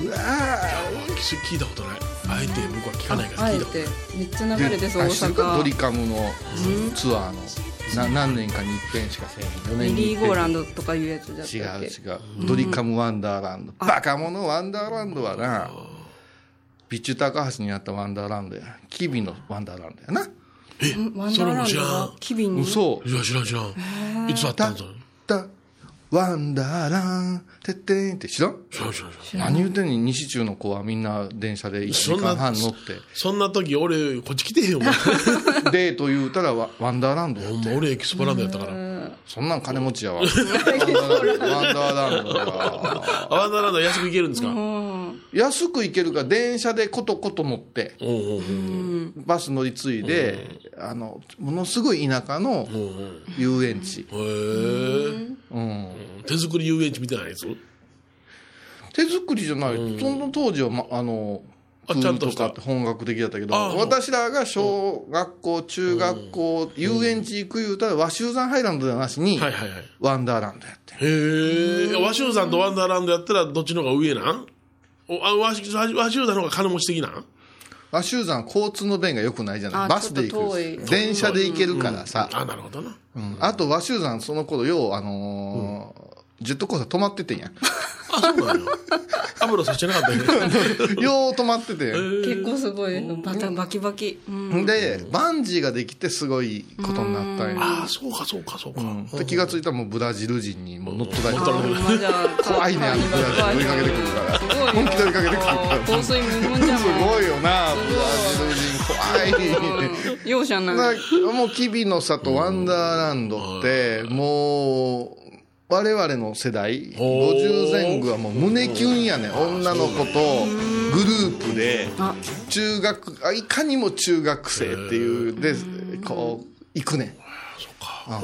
Speaker 3: ううわ
Speaker 4: 聞いたことない。あえて僕は聞かないから
Speaker 2: あ
Speaker 4: 聞
Speaker 2: え
Speaker 4: いたことない
Speaker 2: て。めっちゃ
Speaker 3: ー
Speaker 2: 流れてそう大
Speaker 3: あ静かドリ
Speaker 2: 阪
Speaker 3: カムのツアーのな何年かに一遍しかせえへん4
Speaker 2: メ
Speaker 3: 年に
Speaker 2: リ
Speaker 3: 一
Speaker 2: ーゴー
Speaker 3: 遍
Speaker 2: ランドとかいうやつじ
Speaker 3: 違
Speaker 2: ゃったっ
Speaker 3: う
Speaker 2: け
Speaker 3: 違うドリカムワンダーランドバカ者ワンダーランドはなビッチュ高橋にあったワンダーランドやキビのワンダーランドやな
Speaker 2: うんワン
Speaker 4: そ
Speaker 2: ダ
Speaker 4: れ
Speaker 2: ーラ
Speaker 4: も
Speaker 2: ン
Speaker 4: 知
Speaker 2: ド
Speaker 4: らん
Speaker 2: が機敏に
Speaker 3: 嘘
Speaker 4: いや、知らん知らん。いつあった
Speaker 3: だ
Speaker 4: んだろう
Speaker 3: だワンダーランてってんって知らん
Speaker 4: 知らん知らん知らん。
Speaker 3: 何言うてんねん西中の子はみんな電車で1時間半乗って
Speaker 4: そんな時俺、こっち来てへんよ、お前。
Speaker 3: デート言うたらワワンダーランド
Speaker 4: ほんま俺エキスパランドやったから。
Speaker 3: そんなん金持ち やわワンダーランドが
Speaker 4: あわならない安く行けるんですか
Speaker 3: 安く行けるから電車でことこと乗って
Speaker 4: おうおう
Speaker 3: バス乗り継いで、あのものすごい田舎の
Speaker 4: おうおう
Speaker 3: 遊園地、
Speaker 4: おうへ
Speaker 3: うん、
Speaker 4: え。手作り遊園地みたいなやつ
Speaker 3: 手作りじゃない、その当時は、ま、あの
Speaker 4: あ
Speaker 3: 風
Speaker 4: ちゃんと
Speaker 3: と
Speaker 4: した
Speaker 3: かって本格的だったけど
Speaker 4: ああ
Speaker 3: 私らが小学校中学校、遊園地行く言うたら和集山ハイランドではなしに、
Speaker 4: はいはいはい。
Speaker 3: ワンダーランドやって
Speaker 4: へえ、和尚さんとワンダーランドやったらどっちの方が上なんおあ和尚和尚さんの方が金持ち的なん
Speaker 3: 和集山交通の便が良くないじゃない
Speaker 2: あ
Speaker 3: バスで行
Speaker 2: ちょっと
Speaker 3: く
Speaker 2: 遠い
Speaker 3: 電車で行けるからさ、
Speaker 4: あ、なるほどな。
Speaker 3: うんあと、和集山、その頃、よう、あのージェットコースター止まっててんや。
Speaker 4: あ、そうなの 油さしてなかったけど。
Speaker 3: よう止まってて。
Speaker 2: 結構すごいのバタバキバキ、うん
Speaker 3: で、バンジーができてすごいことになったんや。
Speaker 4: ああ、そうか、そうか、そうか。
Speaker 3: で気がついたらもうブラジル人にもう乗っ取られて
Speaker 4: 乗っ
Speaker 3: る
Speaker 4: 取られてる
Speaker 2: まあじゃあ
Speaker 3: 怖いねあのブラジル追いかけてくるから
Speaker 2: すごいな
Speaker 3: 本気で追いかけてくるから
Speaker 2: 香水無分じゃ
Speaker 3: す
Speaker 2: な
Speaker 3: ご
Speaker 2: い
Speaker 3: よな、ブラジル人 怖い。
Speaker 2: い、うん、容赦ない、
Speaker 3: なもう、キビの里、ワンダーランドって、もう、我々の世代、
Speaker 4: おー
Speaker 3: 50前後はもう胸キュンやねん女の子とグループで、中学、あいかにも中学生っていう、で、こう、行くねん。そっか。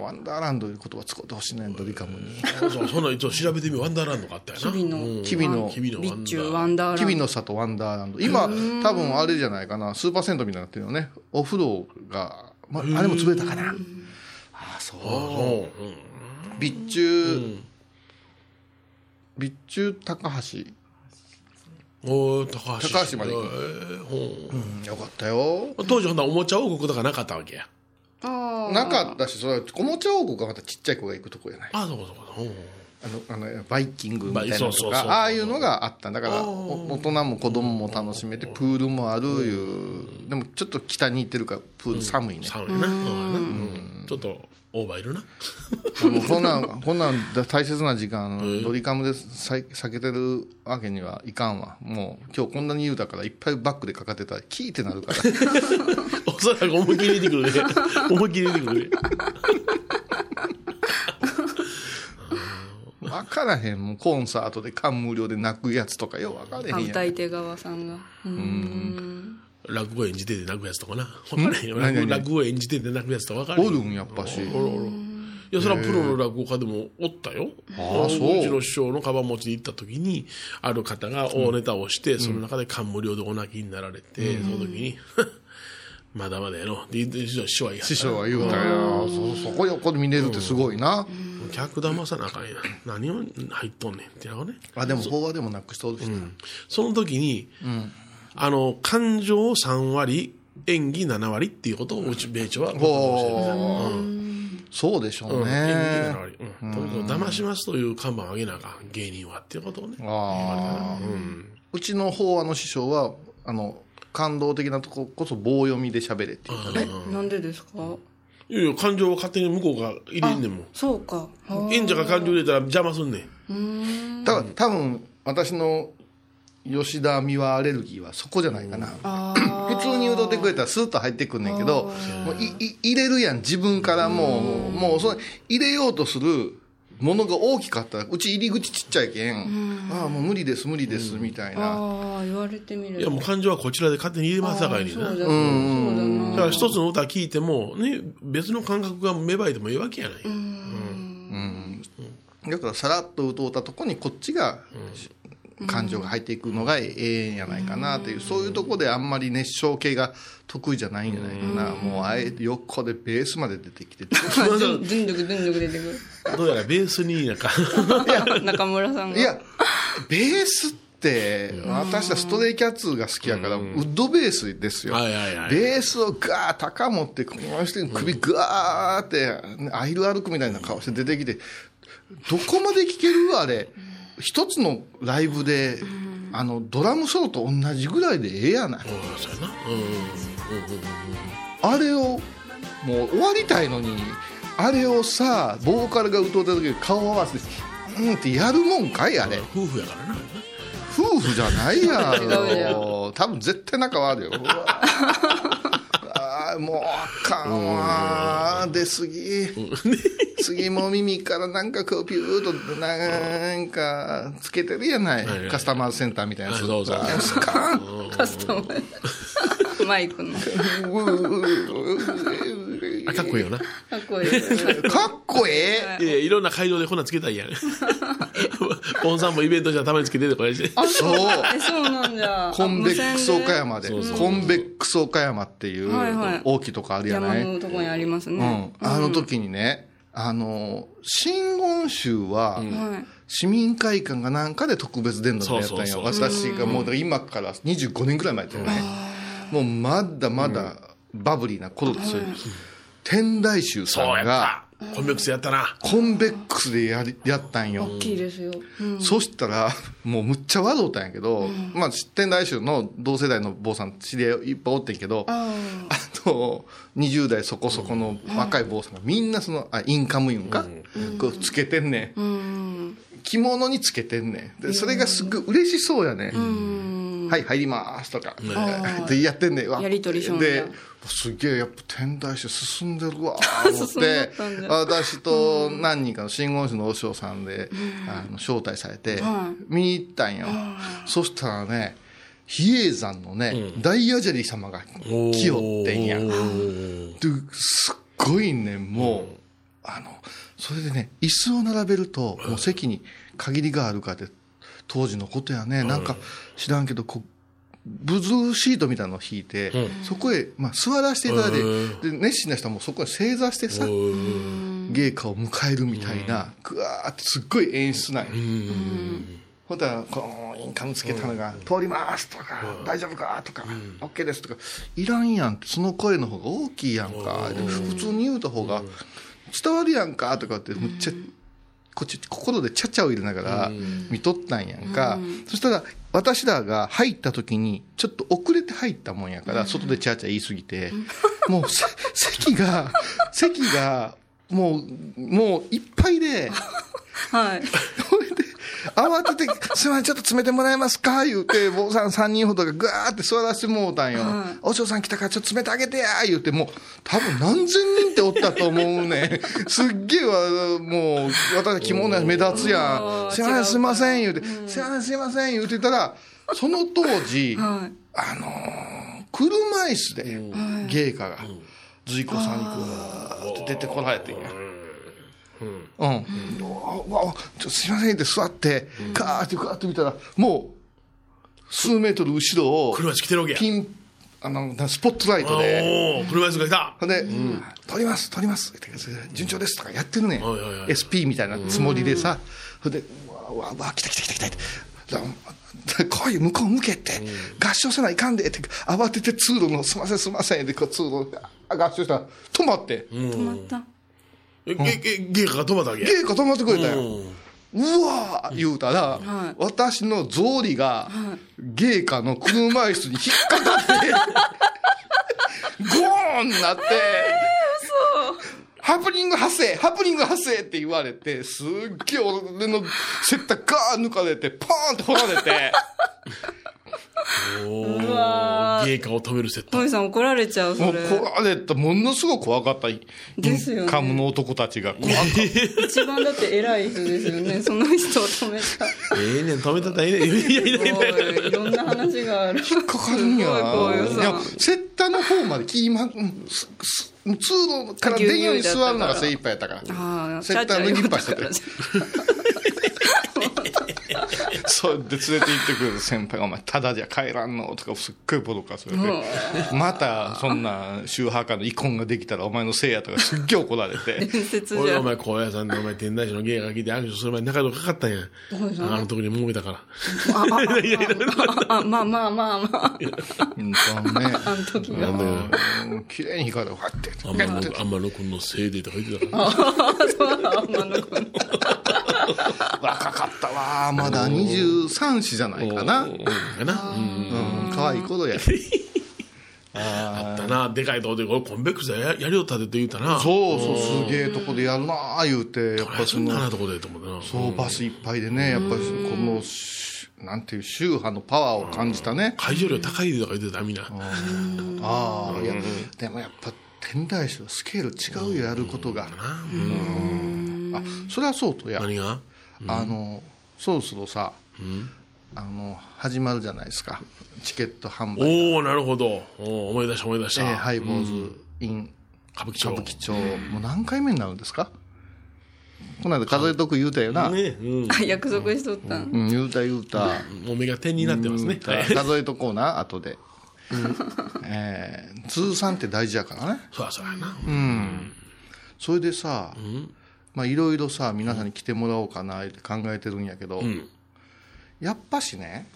Speaker 3: ワンダーランドいう言葉使ってほしいねん、ドリカムに。
Speaker 4: そうそう、そんなん一応調べてみよう。ワンダーランドがあったよな。
Speaker 2: 日々の
Speaker 3: キビの、
Speaker 4: 君の
Speaker 2: 備
Speaker 4: ワンダ
Speaker 2: 中
Speaker 4: ー
Speaker 2: ワンダーランド
Speaker 3: キビの里ワンダーランド。今、多分あれじゃないかな。スーパーセントみたいになってるよね。お風呂が、まあ、あれも潰れたかな。ああ、そう。
Speaker 4: そううん
Speaker 3: 備中、備中高橋。
Speaker 4: おー高橋。
Speaker 3: 高橋まで行く
Speaker 4: えーほ
Speaker 3: よかったよ。
Speaker 4: う当時ほんならおもちゃ王国とかなかったわけや。
Speaker 2: あー
Speaker 3: なかったし、それは、おもちゃ王国がまたちっちゃい子が行くとこじゃない。
Speaker 4: あ、そうかそうか。ほうほう
Speaker 3: あの、あの、バイキングみたいな
Speaker 4: バ
Speaker 3: の
Speaker 4: イそ
Speaker 3: と
Speaker 4: うそうそう
Speaker 3: か、ああいうのがあった。だから、お大人も子供も楽しめて、プールもあるいう。でも、ちょっと北に行ってるから、プール寒いね。
Speaker 4: 寒いな。うんちょっと、オーバーいるな。
Speaker 3: もうこんなん、こんなんだ大切な時間、ドリカムでさい避けてるわけにはいかんわ。もう、今日こんなに言うたから、いっぱいバックでかかってたら、キーってなるから。
Speaker 4: おそらく思いっきり出てくるね。思いっきり出てくるね。
Speaker 3: わからへん。もうコンサートで感無量で泣くやつとか、ようわからへ
Speaker 2: あ
Speaker 3: んや
Speaker 2: 歌い
Speaker 3: ん。
Speaker 2: 手側さんがうん
Speaker 4: 落語演じてて泣くやつとかな。わからへんよ。
Speaker 3: 何々
Speaker 4: 落語落語演じてて泣くやつとかわからへん
Speaker 3: おるん、やっぱし。
Speaker 4: おろおろいや、それはプロの落語家でもおったよ。
Speaker 3: ああそう
Speaker 4: ちの師匠のカバン持ちで行った時に、ある方が大ネタをして、その中で感無量でお泣きになられて、その時に、 まだまだやろ。で、で師匠は言い張った
Speaker 3: 師匠は言うたよ。そ、そこ横で見れるってすごいな。
Speaker 4: 客騙さなあかんやん。何を入っとんねんってなのね。
Speaker 3: あ、でも、法話でもなくしとるしな。
Speaker 4: その時に、あの、感情を3割、演技7割っていうことをうち米朝は僕は教えてました
Speaker 3: ほうそうでしょう
Speaker 4: 演技
Speaker 3: ね
Speaker 4: が。割うん、とにかく騙しますという看板を上げなあかん芸人はっていうことをね
Speaker 3: ああ。うちの法話の師匠は、あの、感動的なとここそ棒読みで喋れって言ったね。
Speaker 2: なんでですか
Speaker 4: いやいや感情を勝手に向こうが入れんねんも
Speaker 2: そうかあー
Speaker 4: ん演者が感情入れたら邪魔すんねん
Speaker 3: ただ多分私の吉田美和アレルギーはそこじゃないかな普通に歌ってくれたらスーッと入ってくんねんけどもういい入れるやん自分からもうもうもうそれ入れようとするものが大きかったらうち入り口ちっちゃいけんああもう無理です無理ですみたいな
Speaker 2: ああ言われてみれば
Speaker 4: いやもう感情はこちらで勝手に入れますさかいに
Speaker 2: そうだ
Speaker 4: な
Speaker 2: そうだな
Speaker 4: だから一つの歌聞いても、ね、別の感覚が芽生えてもいいわけやない、
Speaker 3: だからさらっと歌うたとこにこっちが感情が入っていくのがええんやないかなっていうそういうとこであんまり熱唱系が得意じゃないんじゃないかなもうあえて横でベースまで出てきて
Speaker 2: あずんずんどくずんどく出てく
Speaker 4: どうやらベースに なんか
Speaker 2: る中村さんが
Speaker 3: いや、ベースって、私はストレイキャッツが好きやから、ウッドベースですよ。
Speaker 4: はいはいはい
Speaker 3: ベースをガーッ高持って、この人に首ガーって、アイル歩くみたいな顔して出てきて、どこまで聴けるあれ。一つのライブで、あの、ドラムソロと同じぐらいでええやない。
Speaker 4: うんそうやなうんうんうんうん
Speaker 3: あれを、もう終わりたいのに、あれをさ、ボーカルが歌うた時に顔合わせて、うんってやるもんかいあれ。
Speaker 4: 夫婦やからな
Speaker 3: 夫婦じゃないや
Speaker 2: 違うや
Speaker 3: ろ多分絶対仲はあるようわあーもうあかんわ出過ぎ次もう耳からなんかこうピューっとなんかつけてるやない
Speaker 4: いはい
Speaker 3: カスタマーセンターみたいなやつ
Speaker 4: あそうそう
Speaker 3: あーすかん
Speaker 2: カスタマーマイク のか
Speaker 4: あかっこいいよな
Speaker 2: っこいいですね
Speaker 3: かっこええ
Speaker 4: いやいろんな会場でこんなんつけたいやん ポンさんもイベントじゃたまにつけててこれして
Speaker 3: あそう
Speaker 2: えそうなんじゃ
Speaker 3: コンベックス岡山で
Speaker 4: そうそう
Speaker 3: コンベックス岡山ってい
Speaker 2: はいはいう
Speaker 3: 大きいとこあるや
Speaker 2: 山
Speaker 3: ない
Speaker 2: のとこにあります
Speaker 3: う
Speaker 2: ね
Speaker 3: ん、あの時にね、あの、真言宗は、
Speaker 2: はい
Speaker 3: 市民会館がなんかで特別伝道でやったんよ。
Speaker 4: そうそう
Speaker 3: 私がもうだから今から25年くらい前だよね。もうまだまだバブリーな頃ですよ。天台宗さんが、
Speaker 4: コンベックスやったな。
Speaker 3: コンベックスでやりやったんよ、
Speaker 2: 大きいですよ。うん
Speaker 3: そしたら もうむっちゃ笑うたんやけど、まあ天台宗の同世代の坊さん知り合いいっぱいおってんけどあ
Speaker 2: あ
Speaker 3: の20代そこそこの若い坊さんがみんなそのあインカムインか、こうつけてんね
Speaker 2: ーうん。
Speaker 3: ん着物につけてんねんでそれがすっごい嬉しそうやね、ん
Speaker 2: うん。
Speaker 3: はい、入りますとか、
Speaker 2: ん
Speaker 3: でやってんねんわ
Speaker 2: やり取りしようんや
Speaker 3: ですげえやっぱ天台宗進んで るわー思っ
Speaker 2: 進んで
Speaker 3: て
Speaker 2: ったんだ
Speaker 3: 私と何人かの真言宗の和尚さんで、あの招待されて、
Speaker 2: は
Speaker 3: 見に行ったんよ、そしたらね比叡山のね、大矢ジェリ様が来よってんや
Speaker 4: お
Speaker 3: で
Speaker 4: ー
Speaker 3: すっごいねもう、あのそれでね椅子を並べるともう席に限りがあるかで当時のことやね、なんか知らんけどこうブズーシートみたいなのを引いて、そこへ、まあ、座らせていただいて、
Speaker 4: うん
Speaker 3: で熱心な人はもうそこへ正座してさ、
Speaker 4: おー
Speaker 3: 芸家を迎えるみたいな、ぐわーってすっごい演出なんよほんだら、この印鑑つけたのが、通りますとか、大丈夫かとか、オッケーですとか、いらんやんって、その声の方が大きいやんか、普通に言うた方が伝わるやんかとかって、むっちゃ、こっち、心でちゃちゃを入れながら見とったんやんか、そしたら、私らが入った時に、ちょっと遅れて入ったもんやから、外でちゃちゃ言いすぎて、もうせ、 席が、席が、もう、もういっぱいで、
Speaker 2: はい。
Speaker 3: 慌てて、すみません、ちょっと詰めてもらえますか言うて、坊さん3人ほどがぐわーって座らせてもうたんよ。お嬢さん来たからちょっと詰めてあげてや言うて、もう、多分何千人っておったと思う ね。すっげえわ、もう、私着物や目立つや
Speaker 2: おー
Speaker 3: ん。すいませ、
Speaker 2: 違うん
Speaker 3: すいません、言うて、すいません、すいません、言うてたら、その当時、
Speaker 2: はい。
Speaker 3: あのー車椅子で、芸家が、随子さんにこう、って出てこられてんや。うん。うわわちょすいませんって座って、カーってガーって見たら、もう、数メートル後ろを、
Speaker 4: 車椅子来てるわけや。
Speaker 3: ピン、あの、なスポットライトで、
Speaker 4: おー車椅子が来た。
Speaker 3: ほんで、撮ります、撮ります、って順調ですとかやってるねん
Speaker 4: はいはいはい
Speaker 3: SP みたいなつもりでさ、ほんで、うわうわうわ、来た来た来た来たって。だ だこういう向こう向けって、合唱せないかんでって、慌てて通路の、すいません、すいませんって、こう通路であ合唱したら、止まって、
Speaker 2: 止まった。
Speaker 4: え、え、え、ゲーカが止まったわけや。
Speaker 3: ゲイが止まってくれたよ。
Speaker 4: うん
Speaker 3: うわー言うたら、
Speaker 2: はい
Speaker 3: 私の草履が、ゲイカの車椅子に引っかかって、ゴーンなって、ハプニング発生ハプニング発生って言われて、すっげえ俺の接待ガーン抜かれて、ポーンって掘られて、
Speaker 4: おーゲーカを止めるセット
Speaker 2: ト。ミさん怒られちゃう、
Speaker 3: も
Speaker 2: そうれ。
Speaker 3: 掘られて、ものすごく怖かった。
Speaker 2: ですよね
Speaker 3: カムの男た ちが怖かった。
Speaker 2: 一番だって偉い人ですよね。その人を止めた。
Speaker 4: ええねん、止めたったらええねん。いやいやいやいやいや。
Speaker 2: おいいろんな話がある。
Speaker 3: 引っかかるんや。
Speaker 2: すごいこういうさ
Speaker 3: いや、セッターの方まで聞いま、うんすす通路から出んように座るのが精一杯やったから。
Speaker 2: ああ、
Speaker 3: セッターの
Speaker 2: チャチャ
Speaker 3: 一
Speaker 2: 言うた
Speaker 3: 杯し
Speaker 2: か
Speaker 3: てて
Speaker 2: ら。じ
Speaker 3: そうで連れて行ってくれる先輩が、お前、ただじゃ帰らんのとか、すっごいボロカスれて、また、そんな、宗派家の遺恨ができたら、お前のせいやとか、すっげえ怒られて
Speaker 2: ゃ。伝説じ
Speaker 4: 俺
Speaker 2: ゃ
Speaker 4: お。前、高野さんのお前、天台師の芸が来て握手する前に仲良くかかったんや。あの時に揉めたから。
Speaker 2: あ、あ、あ、あ、あ、まあまあまあまあ。
Speaker 3: うんとね、
Speaker 2: あの時が。
Speaker 3: うん綺麗に光るわって。
Speaker 4: 天野天野君のせいでとか言ってたから。
Speaker 2: そうなの女の子の
Speaker 3: 若かったわ。まだ23子じゃないかな。うん、
Speaker 4: かな。うん。
Speaker 3: 可愛い頃や。
Speaker 4: あったな、でかいとこで、俺コンベックスややりよったでって言うたな。う。
Speaker 3: そうそう、すげえとこでやるなあ言うて、やっぱ
Speaker 4: そ
Speaker 3: そ
Speaker 4: んな
Speaker 3: の、
Speaker 4: なとこでと思ったな。
Speaker 3: そうバスいっぱいでね、やっぱりこの、しなんていう、宗派のパワーを感じたね。
Speaker 4: 会場料高いでとか言ってた、みんな。
Speaker 3: ああ、いや、でもやっぱ天台宗はスケール違うよ、やることが。あ、それはそうとや、
Speaker 4: 何が
Speaker 3: あの、そろそろさ、あの、始まるじゃないですか、チケット販売。
Speaker 4: おおなるほど。おー思い出した思い出し
Speaker 3: えー
Speaker 4: た。
Speaker 3: ハイボーズイン
Speaker 4: 歌舞伎
Speaker 3: 歌
Speaker 4: 町。
Speaker 3: 舞伎町、もう何回目になるんですかこの間数えとく言うたよな。
Speaker 4: ね、うん。
Speaker 2: あ約束しとったん。
Speaker 3: うん、言うた言うた。
Speaker 4: もう目が点になってますね。はい
Speaker 3: 数えとこう な、後で。えー通算って大事やからね。
Speaker 4: そうやそうやな。
Speaker 3: それでさ、まあいろいろさ、皆さんに来てもらおうかなって考えてるんやけど、
Speaker 4: ん
Speaker 3: やっぱしね、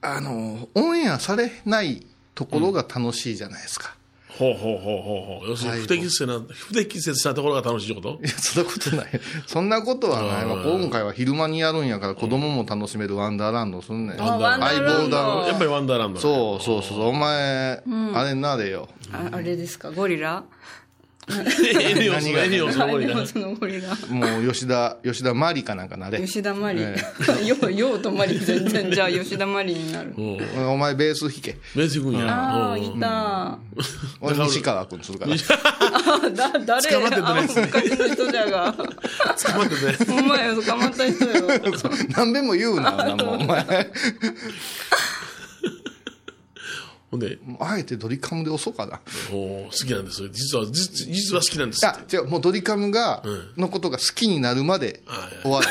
Speaker 3: あの、オンエアされないところが楽しいじゃないですか。
Speaker 4: ほほうほうほうほうほう。要するに不適切な、不適切なところが楽しいってこと
Speaker 3: いや、そんなことない。そんなことはない。まあ、今回は昼間にやるんやから、子供も楽しめるワンダーランドすんねん。
Speaker 2: あワンダーランド
Speaker 3: 相棒
Speaker 4: やっぱりワンダーランド、ね、
Speaker 3: そうそうそう。お前、あれになれよ。
Speaker 2: ああれですか、ゴリラ
Speaker 4: エニオスのエニオスのゴリラ
Speaker 2: あエニオスのゴリラ。
Speaker 3: もう、吉田、吉田マリかなんかなれ。
Speaker 2: 吉田マリ。 よう、ようとマリ全然、じゃあ吉田マリになる。
Speaker 4: うん。
Speaker 3: お前、ベース弾け。
Speaker 4: ベース行くんや。
Speaker 2: ああ、
Speaker 4: うん
Speaker 2: いた。
Speaker 3: 俺、西川君するから。
Speaker 2: あ、だ、誰
Speaker 4: 捕まってたやつね
Speaker 2: あ昔の人じゃが。
Speaker 4: 捕まってて。
Speaker 2: ほんまよ、捕まった人よ。
Speaker 3: 何べんも言 うな、あんなもうお前。
Speaker 4: ほんで、
Speaker 3: あえてドリカムで押そうかな。
Speaker 4: お好きなんです。実は、実実は好きなんですって
Speaker 3: あ、違う、もうドリカムが、のことが好きになるまで終わる。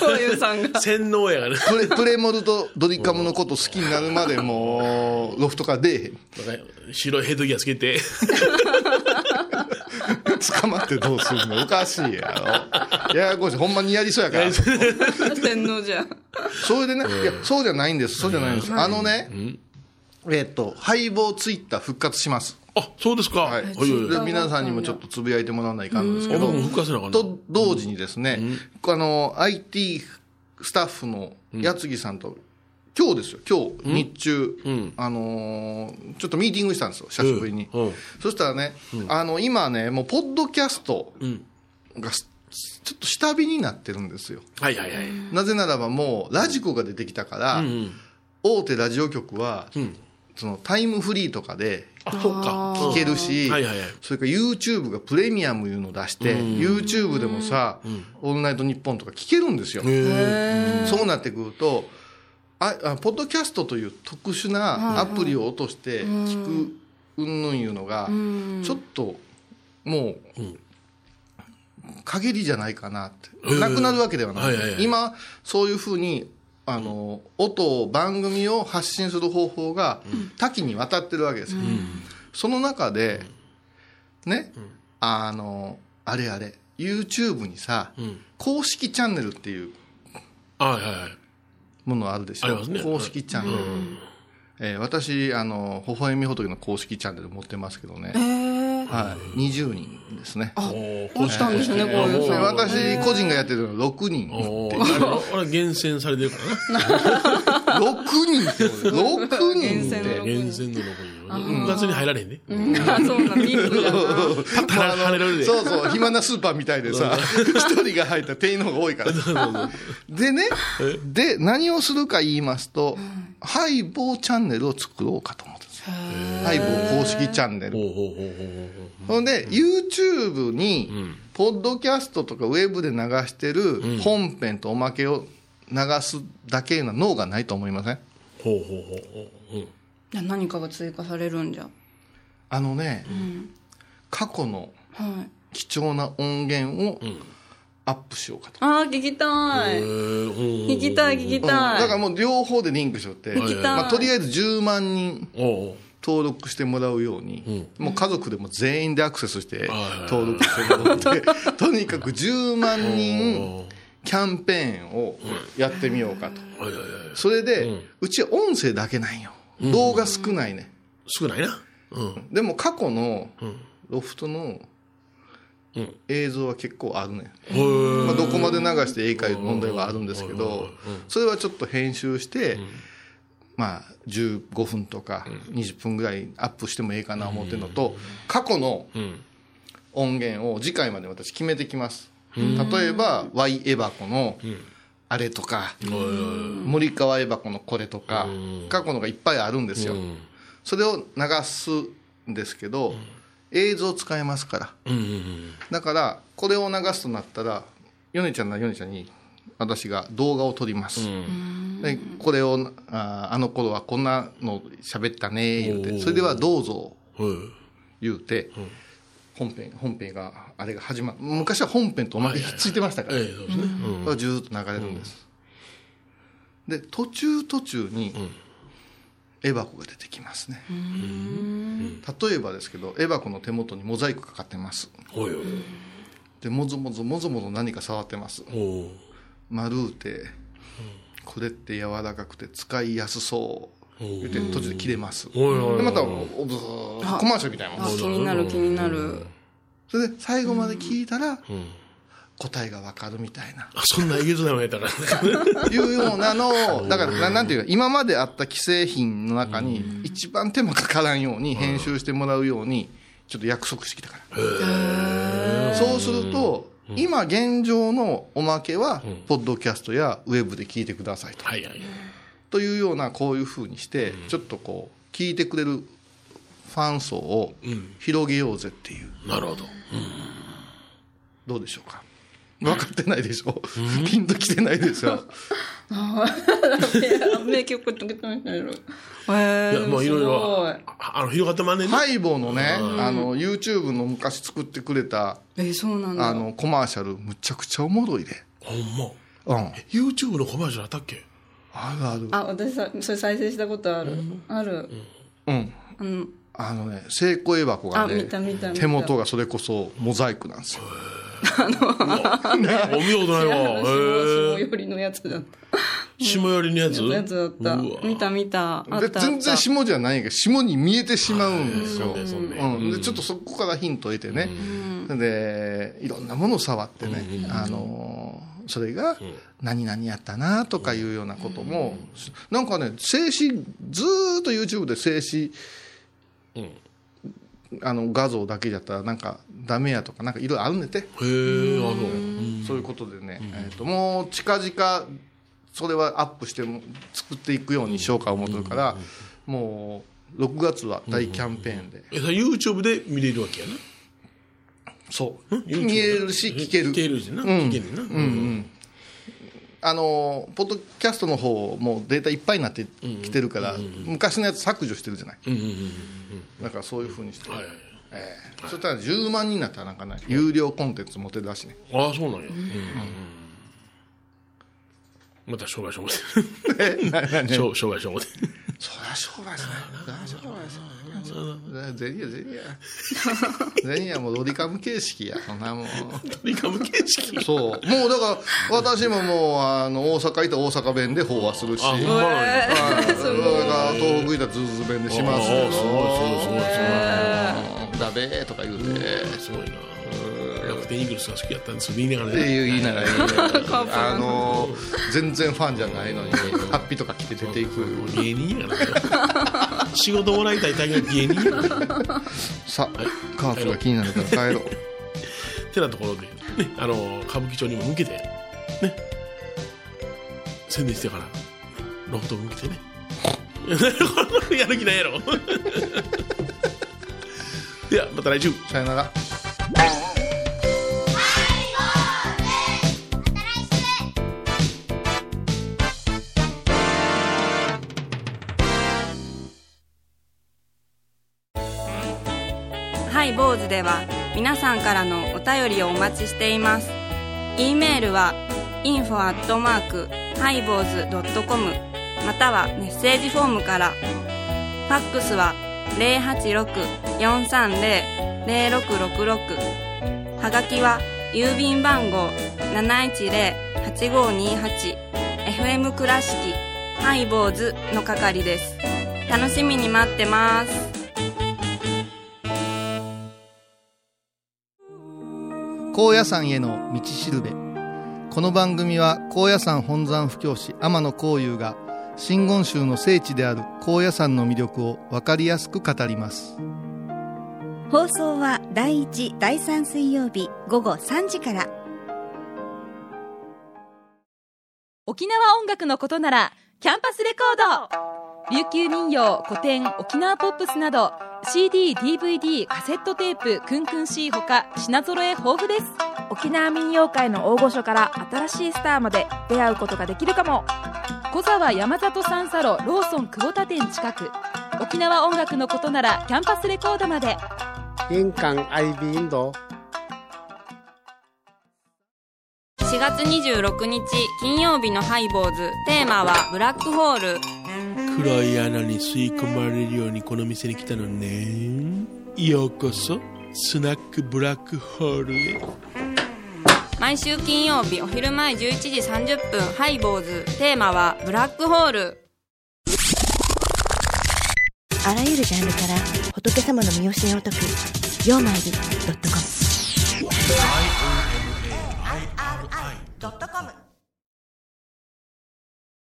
Speaker 2: こういうさんが。
Speaker 4: 洗脳やがね。
Speaker 3: プレプレモルとドリカムのこと好きになるまでもう、ロフトから出えへん。
Speaker 4: 白いヘッドギアつ けて。
Speaker 3: 捕まってどうするのおかしいやろ。ややこしい。ほんまにやりそうやから。
Speaker 2: 天皇じゃ。
Speaker 3: それでね、いや、そうじゃないんです。そうじゃないんです。あのね、えっと、ハイボーツイッター復活します。
Speaker 4: あ、そうですか。は。
Speaker 3: はいい。
Speaker 4: はいはい
Speaker 3: で皆さんにもちょっとつぶやいてもらわないかんですけ
Speaker 4: あ
Speaker 3: ど
Speaker 4: 僕も、復活せなあかんな
Speaker 3: と同時にですね、あの、IT スタッフの矢継ぎさんと、今日ですよ、今日、日中、あのーちょっとミーティングしたんですよ、久しぶりに。
Speaker 4: うんうん
Speaker 3: そしたらね、あの、今ね、もう、ポッドキャスト
Speaker 4: ん
Speaker 3: がす、ちょっと下火になってるんですよ。
Speaker 4: はいはいはい。
Speaker 3: なぜならばもうラジコが出てきたから、大手ラジオ局は、そのタイムフリーとかで
Speaker 4: あ、そっか。
Speaker 3: 聞けるし、
Speaker 4: はいはいはい
Speaker 3: それから YouTube がプレミアムいうのを出して、YouTube でもさ、オールナイトニッポンとか聞けるんですよ。そうなってくるとああ、ポッドキャストという特殊なアプリを落として聞くうんぬんいうのが、ちょっともう、限りじゃないかなって。なくなるわけではない。
Speaker 4: はいはいはい
Speaker 3: 今、そういうふうに、あの、音を、番組を発信する方法が多岐にわたってるわけですよ。その中で、ね、あの、あれあれ、YouTube にさ、公式チャンネルっていう
Speaker 4: あはいはいはい。
Speaker 3: ものあるでしょ。
Speaker 4: ありますね
Speaker 3: 公式チャンネル。えー私、あの、微笑み仏の公式チャンネル持ってますけどね。はい。20人ですね。
Speaker 4: おー
Speaker 2: あったんですね、こういう
Speaker 3: で
Speaker 2: さんが。
Speaker 3: 私個人がやってるのは6人。
Speaker 4: おーあれあれ厳選されてるからな。
Speaker 3: 6人っ てことで ?6 人
Speaker 2: 厳選
Speaker 3: って
Speaker 2: の。
Speaker 4: 厳選のとこに。復活に入られへんね。
Speaker 2: あ、そうなん、ピンクじゃな。
Speaker 4: は跳ねられるで。
Speaker 3: そうそう、暇なスーパーみたいでさ、一人が入ったら店員の方が多いから。でね、で、何をするか言いますと、ハイボーチャンネルを作ろうかと思ってます。ハイボー公式チャンネル。
Speaker 4: ほうほうほうほうほう。
Speaker 3: ほんで、YouTube に、ポッドキャストとかウェブで流してる本編とおまけを流すだけの脳がないと思いません
Speaker 4: ほうほうほうほう。うん
Speaker 2: いや何かが追加されるんじゃ。
Speaker 3: あのね、過去の
Speaker 2: はい。
Speaker 3: 貴重な音源をアップしようかと。
Speaker 2: ああ、聞きたい。聞きたい、聞き
Speaker 3: うん
Speaker 2: たい。
Speaker 3: だからもう両方でリンクしよって、
Speaker 2: きたい
Speaker 3: まあ、とりあえず10万人
Speaker 4: おうおう
Speaker 3: 登録してもらうように、もう家族でも全員でアクセスして
Speaker 4: はい
Speaker 3: 登録してもらって、 とにかく10万人キャンペーンをやってみようかと。
Speaker 4: はいはいはい。
Speaker 3: それで、うち音声だけないよ。動画少ないね。
Speaker 4: 少ないな。うん。
Speaker 3: でも過去のロフトの
Speaker 4: うん
Speaker 3: 映像は結構あるね。
Speaker 4: へー
Speaker 3: まあ、どこまで流していいかいう問題はあるんですけど、それはちょっと編集して、まあ、15分とか20分ぐらいアップしてもいいかな思ってるのと、過去の音源を次回まで私決めてきます。例えば、Y エバコのあれとか、森川エバコのこれとか、過去のがいっぱいあるんですよ。それを流すんですけど、映像使えますから。
Speaker 4: うんうんうん。
Speaker 3: だからこれを流すとなったらヨネちゃんならヨネちゃんに私が動画を撮ります、でこれをあーあの頃はこんなの喋ったね言う
Speaker 4: お
Speaker 3: て
Speaker 4: ー
Speaker 3: それではどうぞ
Speaker 4: はい。
Speaker 3: 言うて、本編本編があれが始まる昔は本編とおまけひっついてましたから、
Speaker 4: ええ、そうですね。うん
Speaker 3: それはずーっと流れるんです、で途中途中にエバコが出てきますね、例えばですけどエバコの手元にモザイクかかってます
Speaker 4: おいおい
Speaker 3: でもぞもぞもぞもぞ何か触ってます
Speaker 4: おう
Speaker 3: 丸うてこれって柔らかくて使いやすそう言って途中で切れます。
Speaker 4: おいおいお
Speaker 3: で
Speaker 4: い
Speaker 3: またおおずー
Speaker 2: あ
Speaker 3: コマーシャルみたいなも
Speaker 2: あ
Speaker 3: ん
Speaker 2: 気になる気になる
Speaker 3: それで最後まで聞いたら
Speaker 4: ん
Speaker 3: 答えがわかるみたいな。
Speaker 4: あそんなえげつないのやったら
Speaker 3: いうようなの を、だから、ななんていうか、今まであった既製品の中に、一番手間かからんように、編集してもらうように、ちょっと約束してきたから。そうすると、今現状のおまけは、ポッドキャストやウェブで聞いてくださいと。
Speaker 4: はいはい
Speaker 3: というような、こういうふうにして、ちょっとこう、聞いてくれるファン層を広げようぜっていう。
Speaker 4: なるほど
Speaker 3: どうでし ょうか分かってないでしょピンときてないでしょ
Speaker 2: 名曲って言ってましたけどへ
Speaker 4: いや
Speaker 2: え
Speaker 4: もういろいろ
Speaker 2: す
Speaker 4: ああの広がってまんねんね、
Speaker 3: ハイボーのね、あの、YouTube の昔作ってくれた、
Speaker 2: ごいえそうなんだ
Speaker 3: あの、コマーシャル、むちゃくちゃおもろいで。
Speaker 4: ほんま
Speaker 3: うん。
Speaker 4: YouTube のコマーシャルあったっけ
Speaker 3: あるある。
Speaker 2: あ私さそれ再生したことある、ある、
Speaker 3: うん。
Speaker 2: あの
Speaker 3: あのね、成功絵箱が
Speaker 2: あ
Speaker 3: ね
Speaker 2: 見た見た見、た
Speaker 3: 手元がそれこそモザイクなんですよ。
Speaker 4: お見ようとないわ
Speaker 2: あの下
Speaker 4: へえ
Speaker 2: 寄りのやつだっ
Speaker 4: 下寄りのやつ
Speaker 2: たやつだった
Speaker 4: うわ
Speaker 2: 見た見たあっ
Speaker 3: で
Speaker 2: た
Speaker 3: 全然
Speaker 2: あっ
Speaker 3: 霜じゃないけど、霜に見えてしまうんですよ。
Speaker 4: そんね
Speaker 3: うん、でちょっとそこからヒントを得てね、でいろんなものを触ってね、あのーそれが何々やったなとかいうようなことも、なんかね静止ずーっと YouTube で静止、あの画像だけじゃったらなんかダメやとかなんかいろいろあるねて、
Speaker 4: へえあの
Speaker 3: そういうことでね、えー、ともう近々それはアップしても作っていくようにしようか思ってるから、もう6月は大キャンペーンで。
Speaker 4: えそれ YouTube で見れるわけやな
Speaker 3: そう。見えるし、聞ける
Speaker 4: 聞。けるしな、聞けるな、うん
Speaker 3: あのポッドキャストの方もデータいっぱいになってきてるから、昔のやつ削除してるじゃない、だからそういうふうにして、
Speaker 4: はいはい
Speaker 3: ええそしたら10万人になったらなんかね有料コンテンツ持てるら しいね
Speaker 4: ああそうなんや、うんまた商売所も商商売所も
Speaker 3: そりゃ商売ですねそりゃ商売ですねゼリアゼリアゼリアもうドリカム形式やそんなもん
Speaker 4: リカム形式
Speaker 3: そうもうだから私ももうあの大阪行ったら大阪弁で飽和するし
Speaker 4: ほんまなんや
Speaker 3: はいだから東北行ったらズーズー弁でします
Speaker 4: あ
Speaker 3: け
Speaker 4: あ
Speaker 3: ど
Speaker 4: すごいすごいすごい
Speaker 3: だべーとか言うて、
Speaker 4: すごいな楽天イーグルスが好きやったんです言いながら
Speaker 3: って
Speaker 4: ね
Speaker 3: いう言いながら言いながらあの全然ファンじゃないのにハッピーとか着て出ていく
Speaker 4: もう芸人やな仕事もらいたい大概芸人やな
Speaker 3: さあカープが気になるから帰ろう
Speaker 4: てなところで、ね、あの歌舞伎町にも向けて、ね、宣伝してからロフト向けてね やる気ないやろ ではまた来週
Speaker 3: さよなら
Speaker 2: ハイボーズでは皆さんからのお便りをお待ちしています。e メールは info アットマークハイボーズドットコムまたはメッセージフォームから。ファックスは086-430-0666はがきは郵便番号710-8528 FM 倉敷ハイボーズの係です。楽しみに待ってます。
Speaker 3: 高野山への道しるべこの番組は高野山本山布教師天野幸雄が真言宗の聖地である高野山の魅力を分かりやすく語ります
Speaker 7: 放送は第1、第3水曜日午後3時から。
Speaker 8: 沖縄音楽のことならキャンパスレコード琉球民謡古典沖縄ポップスなど CDDVD カセットテープクンクン C ほか品揃え豊富です
Speaker 9: 沖縄民謡界の大御所から新しいスターまで出会うことができるかも
Speaker 8: 小沢山里三佐路ローソン久保田店近く沖縄音楽のことならキャンパスレコードまで
Speaker 10: 玄関アイビーインド
Speaker 2: 4月26日金曜日のハイボーズテーマはブラックホール
Speaker 4: 黒い穴に吸い込まれるようにこの店に来たのねようこそスナックブラックホールへ
Speaker 2: 毎週金曜日お昼前11時30分ハイボーズテーマはブラックホール
Speaker 6: あらゆるジャンルから仏様の身教えを解く「曜マイル .com」「IOMAIRI.com」